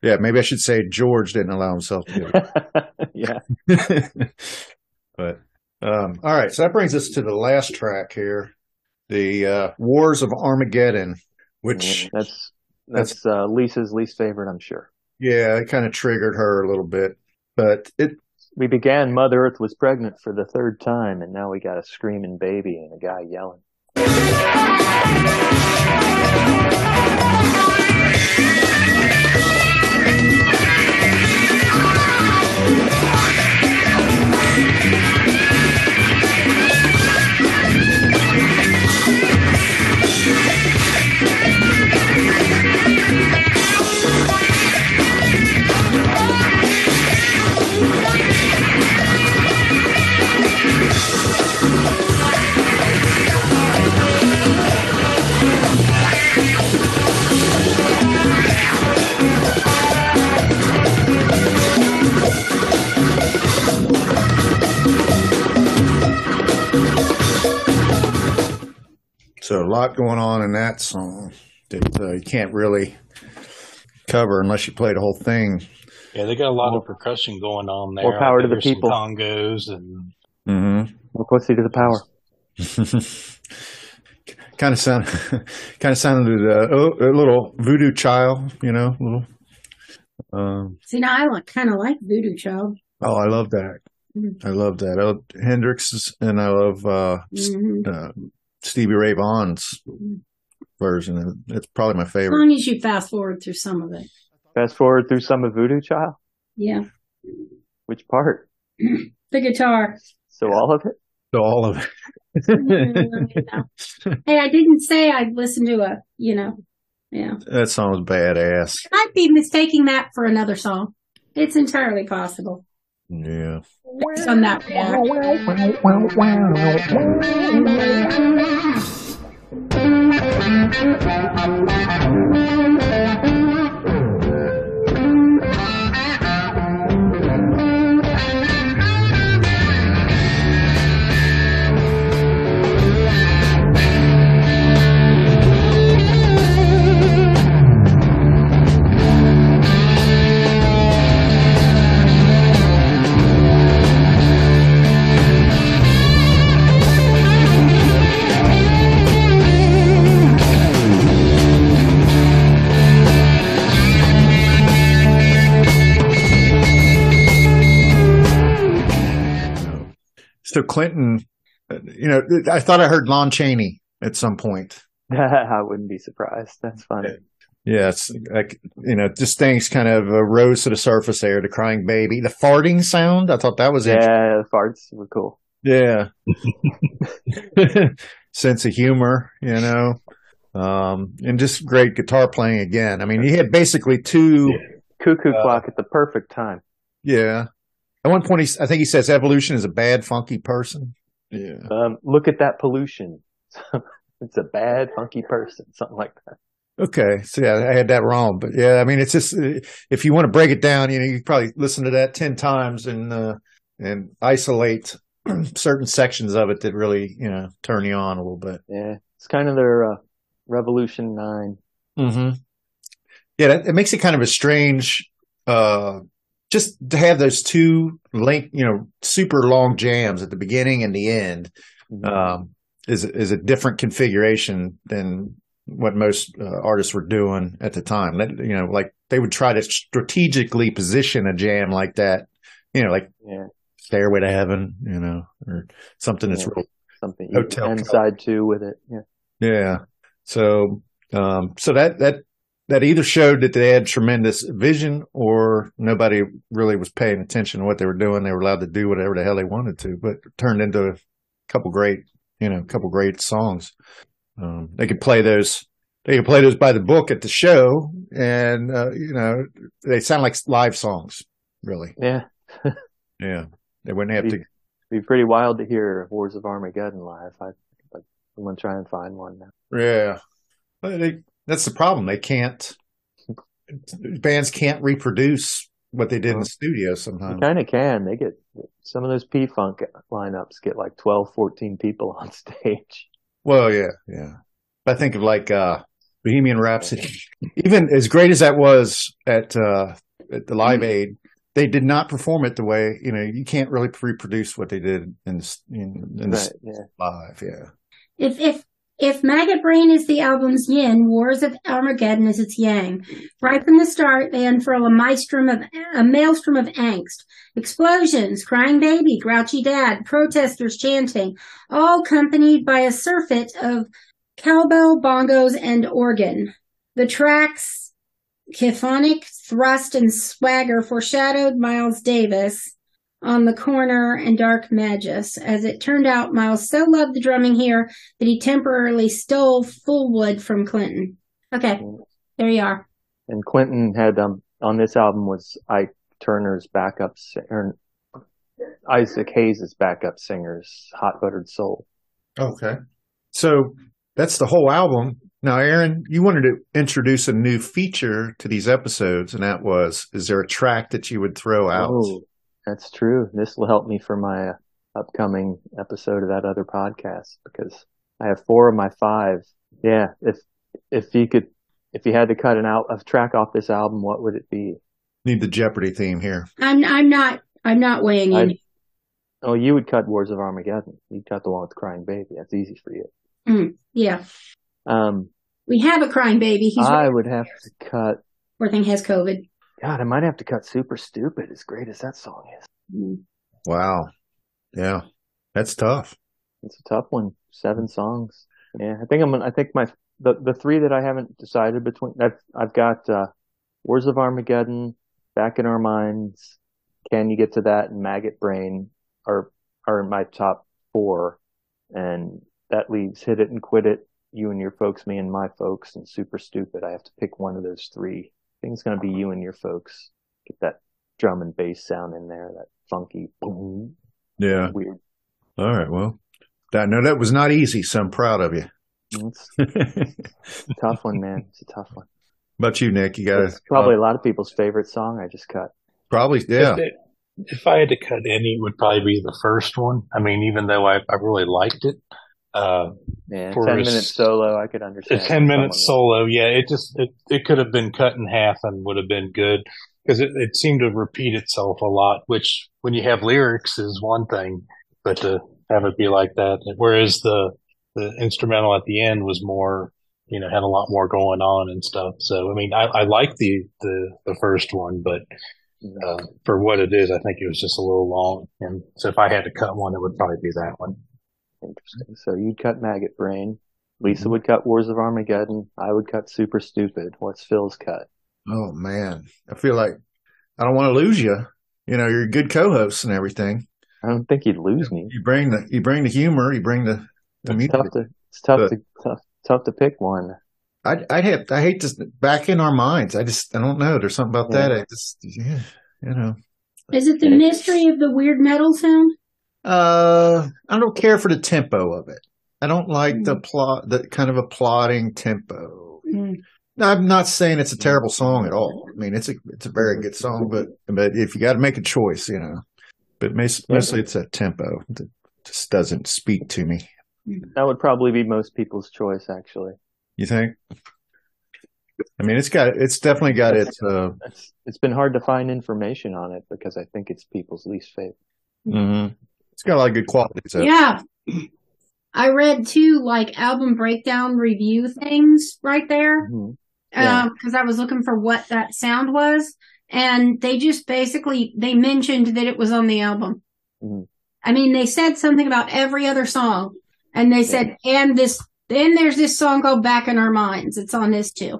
[SPEAKER 1] yeah, maybe I should say George didn't allow himself to. Get
[SPEAKER 4] yeah.
[SPEAKER 1] but um, all right, so that brings us to the last track here, the uh, Wars of Armageddon,
[SPEAKER 4] Mm-hmm.
[SPEAKER 1] which
[SPEAKER 4] that's that's uh, Lisa's least favorite, I'm sure.
[SPEAKER 1] yeah, it kind of triggered her a little bit, but it
[SPEAKER 4] We began Mother Earth was pregnant for the third time, and now we got a screaming baby and a guy yelling.
[SPEAKER 1] so a lot going on in that song that uh, you can't really cover unless you play the whole thing.
[SPEAKER 3] Yeah, they got a lot of percussion going on there.
[SPEAKER 4] More power to the
[SPEAKER 3] There's some
[SPEAKER 4] people.
[SPEAKER 3] Congos and
[SPEAKER 1] Mm-hmm.
[SPEAKER 4] More pussy to the power.
[SPEAKER 1] kind of sound, kind of sounded uh, oh, a little voodoo child, you know. Little, um,
[SPEAKER 2] See, now I kind of like Voodoo Child.
[SPEAKER 1] oh, I love that. I love that. I love Hendrix's and I love uh, S-
[SPEAKER 2] Mhm.
[SPEAKER 1] uh, Stevie Ray Vaughan's version. of it. It's probably my
[SPEAKER 2] As
[SPEAKER 1] favorite.
[SPEAKER 2] long as you fast forward through some of it.
[SPEAKER 4] Fast forward through some of Voodoo Child.
[SPEAKER 2] Yeah.
[SPEAKER 4] Which part?
[SPEAKER 2] The guitar.
[SPEAKER 4] So all of it.
[SPEAKER 1] So all of it.
[SPEAKER 2] hey, I didn't say I'd listen to a, you know, yeah.
[SPEAKER 1] That song's badass.
[SPEAKER 2] Might be mistaking that for another song. It's entirely possible.
[SPEAKER 1] Yeah.
[SPEAKER 2] It's on that one.
[SPEAKER 1] So Clinton, uh, you know, I thought I heard Lon Chaney at some point.
[SPEAKER 4] I wouldn't be surprised. That's funny.
[SPEAKER 1] Yes, like you know, just things kind of uh, rose to the surface there. The crying baby, the farting sound. I thought that was
[SPEAKER 4] Yeah,
[SPEAKER 1] interesting.
[SPEAKER 4] farts were cool.
[SPEAKER 1] Yeah. Sense of humor, you know, um, and just great guitar playing again. I mean, he had basically two.
[SPEAKER 4] Cuckoo
[SPEAKER 3] Uh,
[SPEAKER 4] clock at the perfect time.
[SPEAKER 1] Yeah. At one point, he's, I think he says evolution is a bad, funky person. Yeah.
[SPEAKER 4] Um, look at that pollution. it's a bad, funky person. Something like that.
[SPEAKER 1] Okay. So yeah, I had that wrong, but yeah, I mean, it's just uh, if you want to break it down, you know, you could probably listen to that ten times and uh, and isolate certain sections of it that really you know turn you on a little bit.
[SPEAKER 4] Yeah, it's kind of their uh, Revolution Nine.
[SPEAKER 1] Mm-hmm. Yeah, that, it makes it kind of a strange, uh, just to have those two link, you know, super long jams at the beginning and the end um, is is a different configuration than what most uh, artists were doing at the time. That, you know, like they would try to strategically position a jam like that, you know, like
[SPEAKER 4] Yeah.
[SPEAKER 1] Stairway to Heaven, you know, or something that's
[SPEAKER 4] Yeah.
[SPEAKER 1] real
[SPEAKER 4] something
[SPEAKER 1] Hotel
[SPEAKER 4] you
[SPEAKER 1] Cal-
[SPEAKER 4] inside too with it. Yeah.
[SPEAKER 1] Yeah. So, um, so that, that, that either showed that they had tremendous vision or nobody really was paying attention to what they were doing. They were allowed to do whatever the hell they wanted to, but it turned into a couple great, you know, a couple great songs. Um, they could play those, they could play those by the book at the show and, uh, you know, they sound like live songs, really.
[SPEAKER 4] Yeah.
[SPEAKER 1] Yeah. They wouldn't have to,
[SPEAKER 4] It'd be pretty wild to hear Wars of Armageddon live. I, I, I'm going to try and find one now.
[SPEAKER 1] yeah. But they, that's the problem. They can't, bands can't reproduce what they did in the studio
[SPEAKER 4] You
[SPEAKER 1] sometimes.
[SPEAKER 4] kind of can. They get some of those P Funk lineups get like 12, 14 people on stage.
[SPEAKER 1] Well, yeah, yeah. But I think of like uh Bohemian Rhapsody. Even as great as that was at uh at the Live Aid, they did not perform it the way you know. You can't really reproduce what they did in the, in, in
[SPEAKER 4] Right.
[SPEAKER 1] the
[SPEAKER 4] Yeah.
[SPEAKER 1] live. Yeah,
[SPEAKER 2] If if if Maggot Brain is the album's yin, Wars of Armageddon is its yang. Right from the start, they unfurl a maelstrom of a maelstrom of angst, explosions, crying baby, grouchy dad, protesters chanting, all accompanied by a surfeit of cowbell, bongos, and organ. The tracks. Kyphonic thrust and swagger foreshadowed Miles Davis, on the corner and dark magus. As it turned out, Miles so loved the drumming here that he temporarily stole Fullwood from Clinton. Okay, there you are.
[SPEAKER 4] And Clinton had um on this album was Ike Turner's backup singer, Isaac Hayes' backup singer's Hot Buttered Soul.
[SPEAKER 1] Okay. So that's the whole album. Now, Aaron, you wanted to introduce a new feature to these episodes, and that was: is there a track that you would throw out?
[SPEAKER 4] Oh, that's true. This will help me for my uh, upcoming episode of that other podcast because I have four of my five. Yeah, if if you could, if you had to cut an out of track off this album, what would it be?
[SPEAKER 1] Need the Jeopardy theme here.
[SPEAKER 2] I'm I'm not I'm not weighing in.
[SPEAKER 4] Oh, you would cut Wars of Armageddon. You'd cut the one with Crying Baby. That's easy for you.
[SPEAKER 2] Yeah,
[SPEAKER 4] Um,
[SPEAKER 2] we have a crying baby. He's
[SPEAKER 4] I
[SPEAKER 2] I...
[SPEAKER 4] would have to cut.
[SPEAKER 2] thing has COVID.
[SPEAKER 4] God, I might have to cut Super Stupid. As great as that song is,
[SPEAKER 1] Wow. Yeah, that's tough.
[SPEAKER 4] it's a tough one. Seven songs. Yeah, I think I'm. gonna- I think my the the three that I haven't decided between. I've I've got uh, Wars of Armageddon, Back in Our Minds, Can You Get to That, and Maggot Brain are are my top four, and that leaves Hit It and Quit It, You and Your Folks, Me and My Folks, and Super Stupid. I have to pick one of those three. I think it's gonna be You and Your Folks. Get that drum and bass sound in there, that funky boom,
[SPEAKER 1] Yeah.
[SPEAKER 4] weird
[SPEAKER 1] All right. Well, I know that was not easy, so I'm proud of you.
[SPEAKER 4] It's a tough one, man. It's a tough one.
[SPEAKER 1] About you, Nick, you got uh,
[SPEAKER 4] It's probably a lot of people's favorite song I just cut.
[SPEAKER 1] probably yeah.
[SPEAKER 3] If, if I had to cut any, it would probably be the first one. I mean, even though I, I really liked it, uh,
[SPEAKER 4] Yeah,
[SPEAKER 3] For
[SPEAKER 4] ten
[SPEAKER 3] a s-
[SPEAKER 4] minute solo, I could
[SPEAKER 3] a
[SPEAKER 4] understand.
[SPEAKER 3] ten minute solo,
[SPEAKER 4] someone-
[SPEAKER 3] yeah, it just it, it could have been cut in half and would have been good because it, it seemed to repeat itself a lot. Which, when you have lyrics, is one thing, but to have it be like that, whereas the the instrumental at the end was more, you know, had a lot more going on and stuff. So, I mean, I, I like the, the the first one, but uh, for what it is, I think it was just a little long. And so if I had to cut one, it would probably be that one.
[SPEAKER 4] Interesting. So you'd cut Maggot Brain. Lisa
[SPEAKER 3] Mm-hmm.
[SPEAKER 4] would cut Wars of Armageddon. I would cut Super Stupid. What's Phil's cut?
[SPEAKER 1] Oh man, I feel like I don't want to lose you. You know, you're a good co-host and everything.
[SPEAKER 4] I don't think you'd lose me.
[SPEAKER 1] You bring the you bring the humor. You bring the the
[SPEAKER 4] It's
[SPEAKER 1] music.
[SPEAKER 4] tough to it's tough
[SPEAKER 1] But-
[SPEAKER 4] to tough, tough to pick one.
[SPEAKER 1] I I have I hate to back in our minds. I just I don't know. There's something about that. I just yeah, you know.
[SPEAKER 2] Is it the
[SPEAKER 4] Okay.
[SPEAKER 2] mystery of the weird metal sound?
[SPEAKER 1] Uh, Hmm. I don't care for the tempo of it. I don't like the plot, the kind of a plodding tempo.
[SPEAKER 2] Mm.
[SPEAKER 1] No, I'm not saying it's a terrible song at all. I mean, it's a it's a very good song, but but if you got to make a choice, you know. But mas- mostly it's a tempo that just doesn't speak to me.
[SPEAKER 4] That would probably be most people's choice, actually.
[SPEAKER 1] You think? I mean, it's got it's definitely got its. Uh,
[SPEAKER 4] It's, it's been hard to find information on it because I think it's people's least favorite.
[SPEAKER 1] mhm. It's got a lot of good qualities. Yeah.
[SPEAKER 2] Yeah. I read two like album breakdown review things right there.
[SPEAKER 3] Mm-hmm.
[SPEAKER 4] Mhm. Yeah.
[SPEAKER 2] because um, I was looking for what that sound was, and they just basically they mentioned that it was on the album.
[SPEAKER 4] Mhm.
[SPEAKER 2] I mean, they said something about every other song, And they said, and this, then there's this song called Back in Our Minds. It's on this too.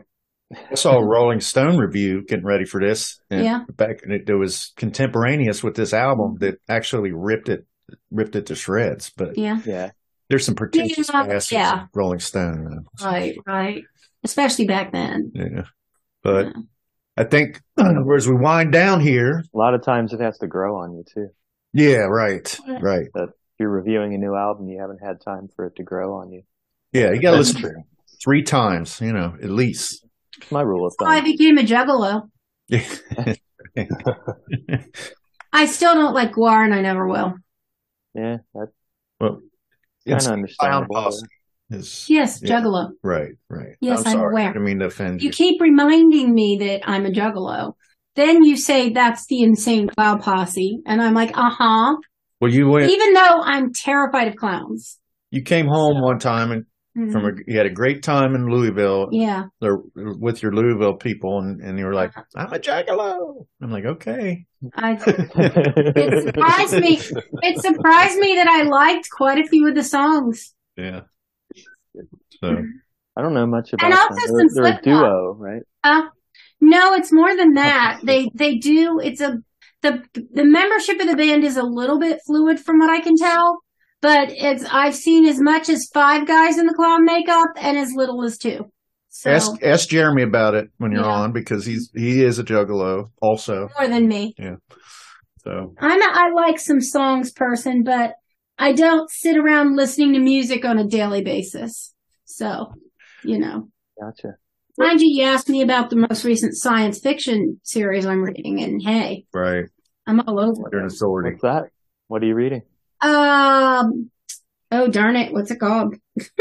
[SPEAKER 1] I saw a Rolling Stone review getting ready for this. And
[SPEAKER 2] Yeah.
[SPEAKER 1] Back and it, it was contemporaneous with this album that actually ripped it ripped it to shreds. But
[SPEAKER 2] Yeah.
[SPEAKER 4] Yeah.
[SPEAKER 1] there's some pretentious
[SPEAKER 2] Yeah,
[SPEAKER 1] bastards
[SPEAKER 2] yeah.
[SPEAKER 1] in Rolling Stone. though.
[SPEAKER 2] Right. Right. Especially back then.
[SPEAKER 1] Yeah. But I think uh, as we wind down here,
[SPEAKER 4] A lot of times it has to grow on you too.
[SPEAKER 1] yeah, right, right.
[SPEAKER 4] If you're reviewing a new album, you haven't had time for it to grow on you.
[SPEAKER 1] Yeah, you got to
[SPEAKER 3] That's
[SPEAKER 1] listen three times, you know, at least.
[SPEAKER 4] It's my rule of
[SPEAKER 2] So I
[SPEAKER 4] thumb.
[SPEAKER 2] became a juggalo.
[SPEAKER 1] Yeah.
[SPEAKER 2] I still don't like Guar and I never will.
[SPEAKER 4] Yeah, that's
[SPEAKER 1] Well,
[SPEAKER 4] kind
[SPEAKER 1] it's
[SPEAKER 4] of understandable.
[SPEAKER 1] impossible. It's-
[SPEAKER 2] Yes,
[SPEAKER 1] Yeah.
[SPEAKER 2] juggalo.
[SPEAKER 1] right, right.
[SPEAKER 2] Yes, I'm
[SPEAKER 1] sorry.
[SPEAKER 2] aware.
[SPEAKER 1] I didn't mean to offend
[SPEAKER 2] You
[SPEAKER 1] you.
[SPEAKER 2] keep reminding me that I'm a juggalo. Then you say that's the insane clown posse. And I'm like, uh huh.
[SPEAKER 1] Well, you went.
[SPEAKER 2] Even though I'm terrified of clowns.
[SPEAKER 1] You came home one time and
[SPEAKER 2] Mhm.
[SPEAKER 1] from a, you had a great time in Louisville
[SPEAKER 2] yeah. Uh-huh.
[SPEAKER 1] or with your Louisville people, and, and you were like, "I'm a jackalope." I'm like, "Okay."
[SPEAKER 2] I, it surprised me. It surprised me that I liked quite a few of the songs.
[SPEAKER 1] Yeah. So
[SPEAKER 2] Mm-hmm.
[SPEAKER 4] I don't know much about
[SPEAKER 2] also
[SPEAKER 4] them.
[SPEAKER 2] some
[SPEAKER 4] They're, they're a
[SPEAKER 2] Slipknot.
[SPEAKER 4] duo, right?
[SPEAKER 2] Uh, No, it's more than that. They they do. It's a the the membership of the band is a little bit fluid from what I can tell, but it's I've seen as much as five guys in the clown makeup and as little as two. So
[SPEAKER 1] ask ask Jeremy about it when you're
[SPEAKER 2] Yeah.
[SPEAKER 1] on because he's he is a juggalo also.
[SPEAKER 2] more than me.
[SPEAKER 1] So
[SPEAKER 2] I'm a, I like some songs person, but I don't sit around listening to music on a daily basis. So, you know.
[SPEAKER 4] Gotcha.
[SPEAKER 2] Mind you, you asked me about the most recent science fiction series I'm reading, and hey,
[SPEAKER 1] right,
[SPEAKER 2] I'm all over.
[SPEAKER 1] you're an authority.
[SPEAKER 4] What's that? What are you reading?
[SPEAKER 2] it. Um, oh darn it, what's it called?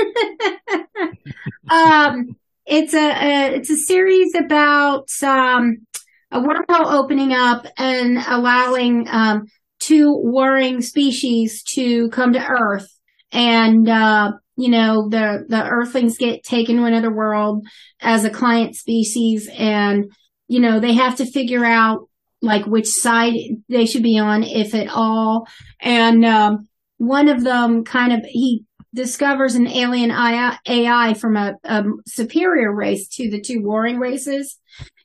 [SPEAKER 2] um, it's a, a it's a series about um a wormhole opening up and allowing um two warring species to come to Earth, and uh, you know the the Earthlings get taken to another world as a client species, and you know they have to figure out like which side they should be on, if at all. And um, one of them kind of he discovers an alien AI, AI from a, a superior race to the two warring races,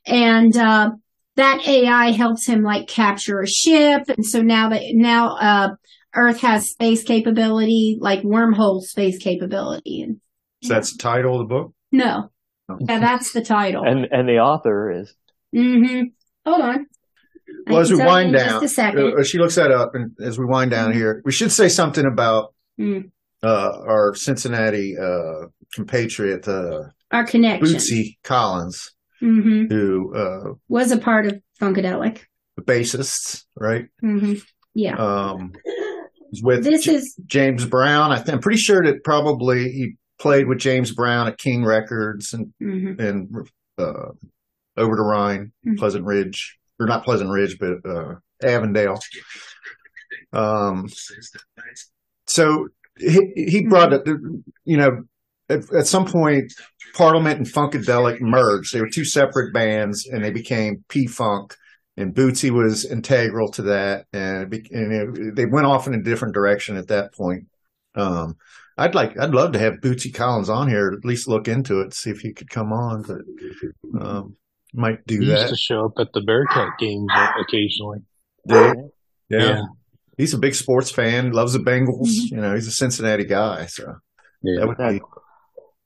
[SPEAKER 2] and uh, that AI helps him like capture a ship, and so now that now uh, Earth has space capability, like wormhole space capability. And
[SPEAKER 1] So that's the title of the book.
[SPEAKER 2] no,
[SPEAKER 1] Oh.
[SPEAKER 2] yeah, that's the title.
[SPEAKER 4] And and the author is
[SPEAKER 2] hmm Hold on. I
[SPEAKER 1] Well, as
[SPEAKER 2] can
[SPEAKER 1] we
[SPEAKER 2] tell you
[SPEAKER 1] wind
[SPEAKER 2] in
[SPEAKER 1] down,
[SPEAKER 2] just a second.
[SPEAKER 1] Uh, she looks that up, and as we wind down
[SPEAKER 2] Mhm.
[SPEAKER 1] here, we should say something about
[SPEAKER 2] Mm.
[SPEAKER 1] uh, our Cincinnati uh, compatriot uh,
[SPEAKER 2] Our connection
[SPEAKER 1] Bootsy Collins,
[SPEAKER 2] hmm
[SPEAKER 1] who uh,
[SPEAKER 2] was a part of Funkadelic.
[SPEAKER 1] the bassist, right?
[SPEAKER 2] hmm Yeah.
[SPEAKER 1] Um, was with
[SPEAKER 2] this
[SPEAKER 1] J-
[SPEAKER 2] is
[SPEAKER 1] James Brown. I th- I'm pretty sure that probably he played with James Brown at King Records and
[SPEAKER 2] mhm,
[SPEAKER 1] and uh, over to Rhine,
[SPEAKER 3] Mm-hmm.
[SPEAKER 2] Mhm.
[SPEAKER 1] Pleasant Ridge, or not Pleasant Ridge, but uh, Avondale. Um, so he, he brought up, you know, at, at some point, Parliament and Funkadelic merged. They were two separate bands, and they became P Funk. And Bootsy was integral to that, and, it, be- and it, they went off in a different direction at that point. Um, I'd like, I'd love to have Bootsy Collins on here, at least look into it, see if he could come on, but um, might do
[SPEAKER 3] He used to
[SPEAKER 1] that.
[SPEAKER 3] show up at the Bearcat games occasionally.
[SPEAKER 1] Yeah.
[SPEAKER 3] Yeah.
[SPEAKER 1] yeah, he's a big sports fan, loves the Bengals.
[SPEAKER 4] Mm-hmm.
[SPEAKER 1] You know, he's a Cincinnati guy, so
[SPEAKER 3] Yeah.
[SPEAKER 1] that would be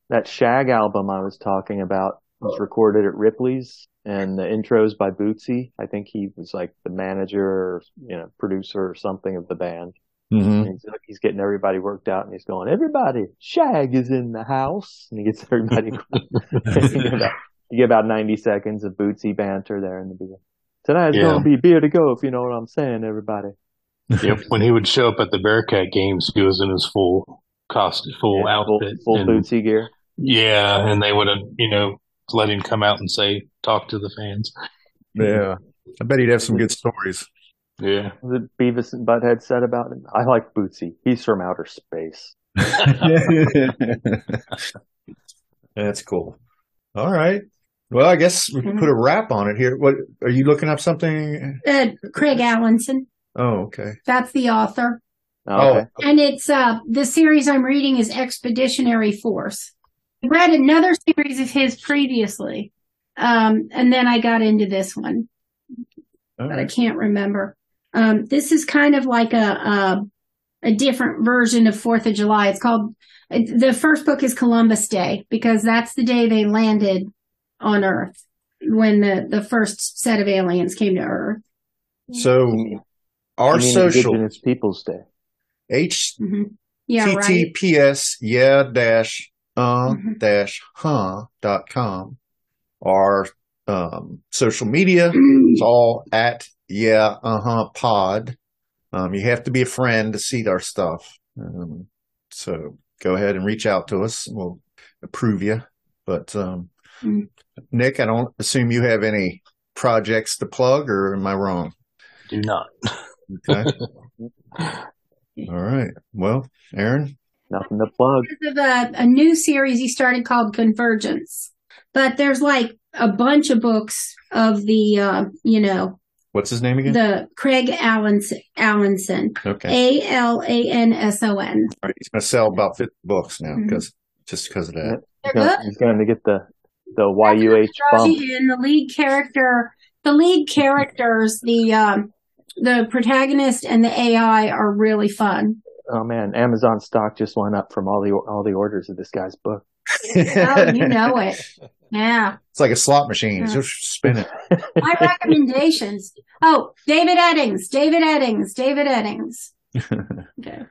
[SPEAKER 4] that Shag album I was talking about was recorded at Ripley's and the intros by Bootsy. I think he was like the manager or you know, producer or something of the band.
[SPEAKER 3] Mm-hmm.
[SPEAKER 1] Mm-hmm.
[SPEAKER 4] And he's, he's getting everybody worked out and he's going, Everybody, Shag is in the house and he gets everybody you, get about, you get about ninety seconds of Bootsy banter there in the beginning. Tonight's
[SPEAKER 3] Yeah.
[SPEAKER 4] gonna be beer to go if you know what I'm saying, everybody.
[SPEAKER 3] Yep. When he would show up at the Bearcat games, he was in his full cost, full
[SPEAKER 4] Yeah, full,
[SPEAKER 3] outfit.
[SPEAKER 4] full
[SPEAKER 3] and,
[SPEAKER 4] Bootsy gear.
[SPEAKER 3] Yeah, and they would have, you know, let him come out and say, talk to the fans.
[SPEAKER 1] Yeah. I bet he'd have some good stories.
[SPEAKER 3] Yeah.
[SPEAKER 4] that Beavis and Butthead said about him. I like Bootsy. He's from outer space.
[SPEAKER 1] That's cool. All right. Well, I guess we put a wrap on it here. What are you looking up something?
[SPEAKER 2] uh, Craig Allenson.
[SPEAKER 1] Oh, okay.
[SPEAKER 2] That's the author.
[SPEAKER 1] Oh.
[SPEAKER 4] Okay.
[SPEAKER 2] and it's uh the series I'm reading is Expeditionary Force. I read another series of his previously, um, and then I got into this one,
[SPEAKER 1] All
[SPEAKER 2] but I
[SPEAKER 1] right.
[SPEAKER 2] can't remember. Um, this is kind of like a a, a different version of Fourth of July. It's called it- the first book is Columbus Day because that's the day they landed on Earth when the the first set of aliens came to Earth.
[SPEAKER 1] So our
[SPEAKER 4] mean,
[SPEAKER 1] social
[SPEAKER 4] Indigenous Peoples Day.
[SPEAKER 1] H
[SPEAKER 2] hmm
[SPEAKER 1] T
[SPEAKER 2] Yeah, right.
[SPEAKER 1] T P S yeah dash um
[SPEAKER 2] Mhm.
[SPEAKER 1] dash huh dot com. Our um, social media It's all at yeah uh huh pod. Um, you have to be a friend to see our stuff. Um, so go ahead and reach out to us. We'll approve you. But um,
[SPEAKER 2] Mm.
[SPEAKER 1] Nick, I don't assume you have any projects to plug, or am I wrong?
[SPEAKER 3] Do not.
[SPEAKER 1] Okay. all right. Well, Aaron.
[SPEAKER 4] Nothing to plug.
[SPEAKER 2] because of a, a new series he started called Convergence. But there's like a bunch of books of the, uh, you know,
[SPEAKER 1] What's his name again?
[SPEAKER 2] the Craig Allenson, Allenson,
[SPEAKER 1] okay.
[SPEAKER 2] A L A N S O N.
[SPEAKER 1] All right. He's going to sell about 50 books now
[SPEAKER 2] Mhm.
[SPEAKER 1] because just because of that.
[SPEAKER 2] They're
[SPEAKER 4] He's
[SPEAKER 2] good.
[SPEAKER 4] gonna- He's going to get the the YUH
[SPEAKER 2] Draws
[SPEAKER 4] bump.
[SPEAKER 2] you in. The lead character, the lead characters, the um, the protagonist and the AI are really fun.
[SPEAKER 4] Oh man, Amazon stock just went up from all the all the orders of this guy's book.
[SPEAKER 2] Oh, you know it. Yeah.
[SPEAKER 1] It's like a slot machine. It's Just spin it.
[SPEAKER 2] My recommendations. Oh, David Eddings. David Eddings. David Eddings. Okay.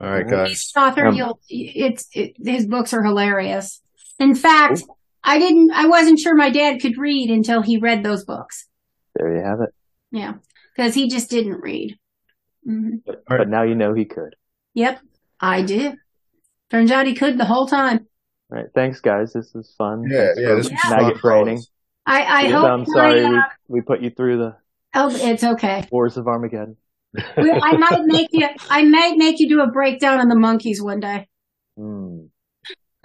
[SPEAKER 1] All right,
[SPEAKER 2] He's
[SPEAKER 1] guys.
[SPEAKER 2] an author.
[SPEAKER 4] Um,
[SPEAKER 2] you'll, it's it, his books are hilarious. In fact, I didn't. I wasn't sure my dad could read until he read those books.
[SPEAKER 4] There you have it.
[SPEAKER 2] Yeah, because he just didn't read. Mhm.
[SPEAKER 4] But now you know he could.
[SPEAKER 2] Yep, I did. Turns out he could the whole time.
[SPEAKER 4] All right. Thanks, guys. This was fun.
[SPEAKER 1] Yeah,
[SPEAKER 4] Thanks
[SPEAKER 1] yeah.
[SPEAKER 4] for
[SPEAKER 1] This was
[SPEAKER 4] maggot
[SPEAKER 1] fun.
[SPEAKER 4] training.
[SPEAKER 2] I, I
[SPEAKER 4] Yes,
[SPEAKER 2] hope.
[SPEAKER 4] I'm sorry
[SPEAKER 2] my, uh,
[SPEAKER 4] we, we put you through the
[SPEAKER 2] oh, it's okay.
[SPEAKER 4] wars of Armageddon.
[SPEAKER 2] Well, I might make you. I might make you do a breakdown on the monkeys one day.
[SPEAKER 4] Hmm.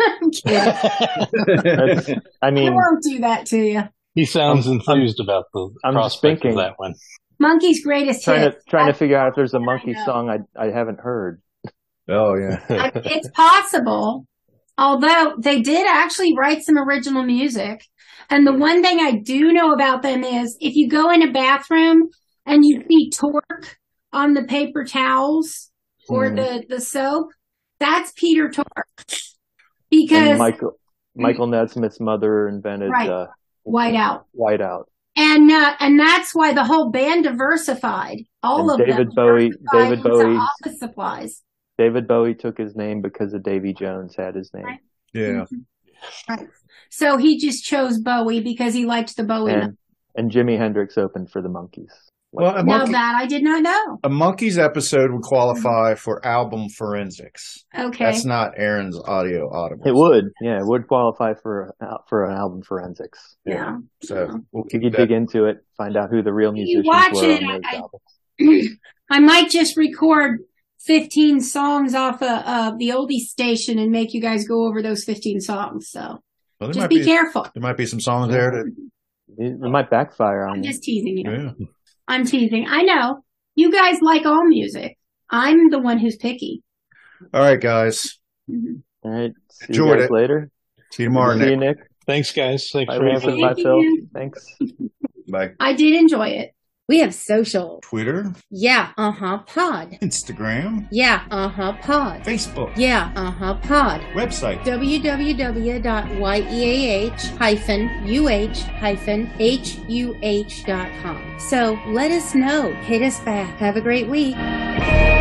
[SPEAKER 2] I'm kidding.
[SPEAKER 4] That's- I
[SPEAKER 2] I
[SPEAKER 4] mean,
[SPEAKER 2] won't do that to you.
[SPEAKER 3] he sounds
[SPEAKER 4] I'm-
[SPEAKER 3] enthused about the
[SPEAKER 4] I'm just
[SPEAKER 3] prospect
[SPEAKER 4] thinking.
[SPEAKER 3] of that one.
[SPEAKER 2] Monkey's greatest
[SPEAKER 4] trying
[SPEAKER 2] hit.
[SPEAKER 4] to trying to figure out if there's a monkey
[SPEAKER 2] know.
[SPEAKER 4] song I I haven't heard.
[SPEAKER 1] oh, yeah.
[SPEAKER 2] I- it's possible. Although they did actually write some original music. And
[SPEAKER 4] Hmm.
[SPEAKER 2] the one thing I do know about them is if you go in a bathroom and you see torque on the paper towels
[SPEAKER 4] Hmm.
[SPEAKER 2] or the, the soap, that's Peter Torque. Because
[SPEAKER 4] And Michael Michael Nesmith's mother invented
[SPEAKER 2] Right.
[SPEAKER 4] uh,
[SPEAKER 2] whiteout.
[SPEAKER 4] Whiteout.
[SPEAKER 2] And uh, and that's why the whole band diversified. All
[SPEAKER 4] And
[SPEAKER 2] of
[SPEAKER 4] David
[SPEAKER 2] them
[SPEAKER 4] Bowie.
[SPEAKER 2] diversified
[SPEAKER 4] David
[SPEAKER 2] into
[SPEAKER 4] Bowie.
[SPEAKER 2] office supplies.
[SPEAKER 4] David Bowie took his name because of Davy Jones had his name.
[SPEAKER 2] Right.
[SPEAKER 1] Yeah.
[SPEAKER 2] So he just chose Bowie because he liked the Bowie. number.
[SPEAKER 4] and and Jimi Hendrix opened for the Monkees.
[SPEAKER 1] Well, a
[SPEAKER 2] Now
[SPEAKER 1] monkey,
[SPEAKER 2] that I did not know.
[SPEAKER 1] a monkey's episode would qualify for album forensics.
[SPEAKER 2] Mm-hmm. Okay.
[SPEAKER 1] That's not Aaron's audio audible.
[SPEAKER 4] It would, yeah, it would qualify for a- for an album forensics.
[SPEAKER 2] yeah.
[SPEAKER 1] So we'll
[SPEAKER 4] If
[SPEAKER 1] keep
[SPEAKER 4] you
[SPEAKER 1] that.
[SPEAKER 4] dig into it, find out who the real
[SPEAKER 2] You
[SPEAKER 4] musicians
[SPEAKER 2] watch
[SPEAKER 4] were
[SPEAKER 2] it,
[SPEAKER 4] on those
[SPEAKER 2] I-
[SPEAKER 4] albums.
[SPEAKER 2] I might just record 15 songs off of uh, the oldie station and make you guys go over those 15 songs. So
[SPEAKER 1] Well, there
[SPEAKER 2] just
[SPEAKER 1] might
[SPEAKER 2] be,
[SPEAKER 1] be
[SPEAKER 2] careful.
[SPEAKER 1] there might be some songs there that
[SPEAKER 4] It, it might backfire on
[SPEAKER 2] I'm
[SPEAKER 4] you.
[SPEAKER 2] just teasing you.
[SPEAKER 1] yeah.
[SPEAKER 2] I'm teasing. I know. You guys like all music. I'm the one who's picky.
[SPEAKER 1] All right, guys.
[SPEAKER 2] Mhm.
[SPEAKER 4] All right, see you
[SPEAKER 1] Enjoyed
[SPEAKER 4] guys
[SPEAKER 1] it.
[SPEAKER 4] later.
[SPEAKER 1] See you tomorrow,
[SPEAKER 4] see you,
[SPEAKER 1] Nick.
[SPEAKER 4] Nick.
[SPEAKER 3] Thanks, guys. Thanks
[SPEAKER 4] Bye,
[SPEAKER 3] for
[SPEAKER 4] Lisa.
[SPEAKER 3] having me.
[SPEAKER 4] Bye,
[SPEAKER 2] Thank
[SPEAKER 4] Phil.
[SPEAKER 2] you.
[SPEAKER 4] Thanks.
[SPEAKER 1] Bye.
[SPEAKER 2] I did enjoy it.
[SPEAKER 6] We have social.
[SPEAKER 1] Twitter,
[SPEAKER 6] Yeah, uh huh, pod.
[SPEAKER 1] Instagram,
[SPEAKER 6] Yeah, uh huh, pod.
[SPEAKER 1] Facebook,
[SPEAKER 6] Yeah, uh huh, pod.
[SPEAKER 1] website.
[SPEAKER 6] E www.yeah-uh-huh.com. So let us know. Hit us back. Have a great week.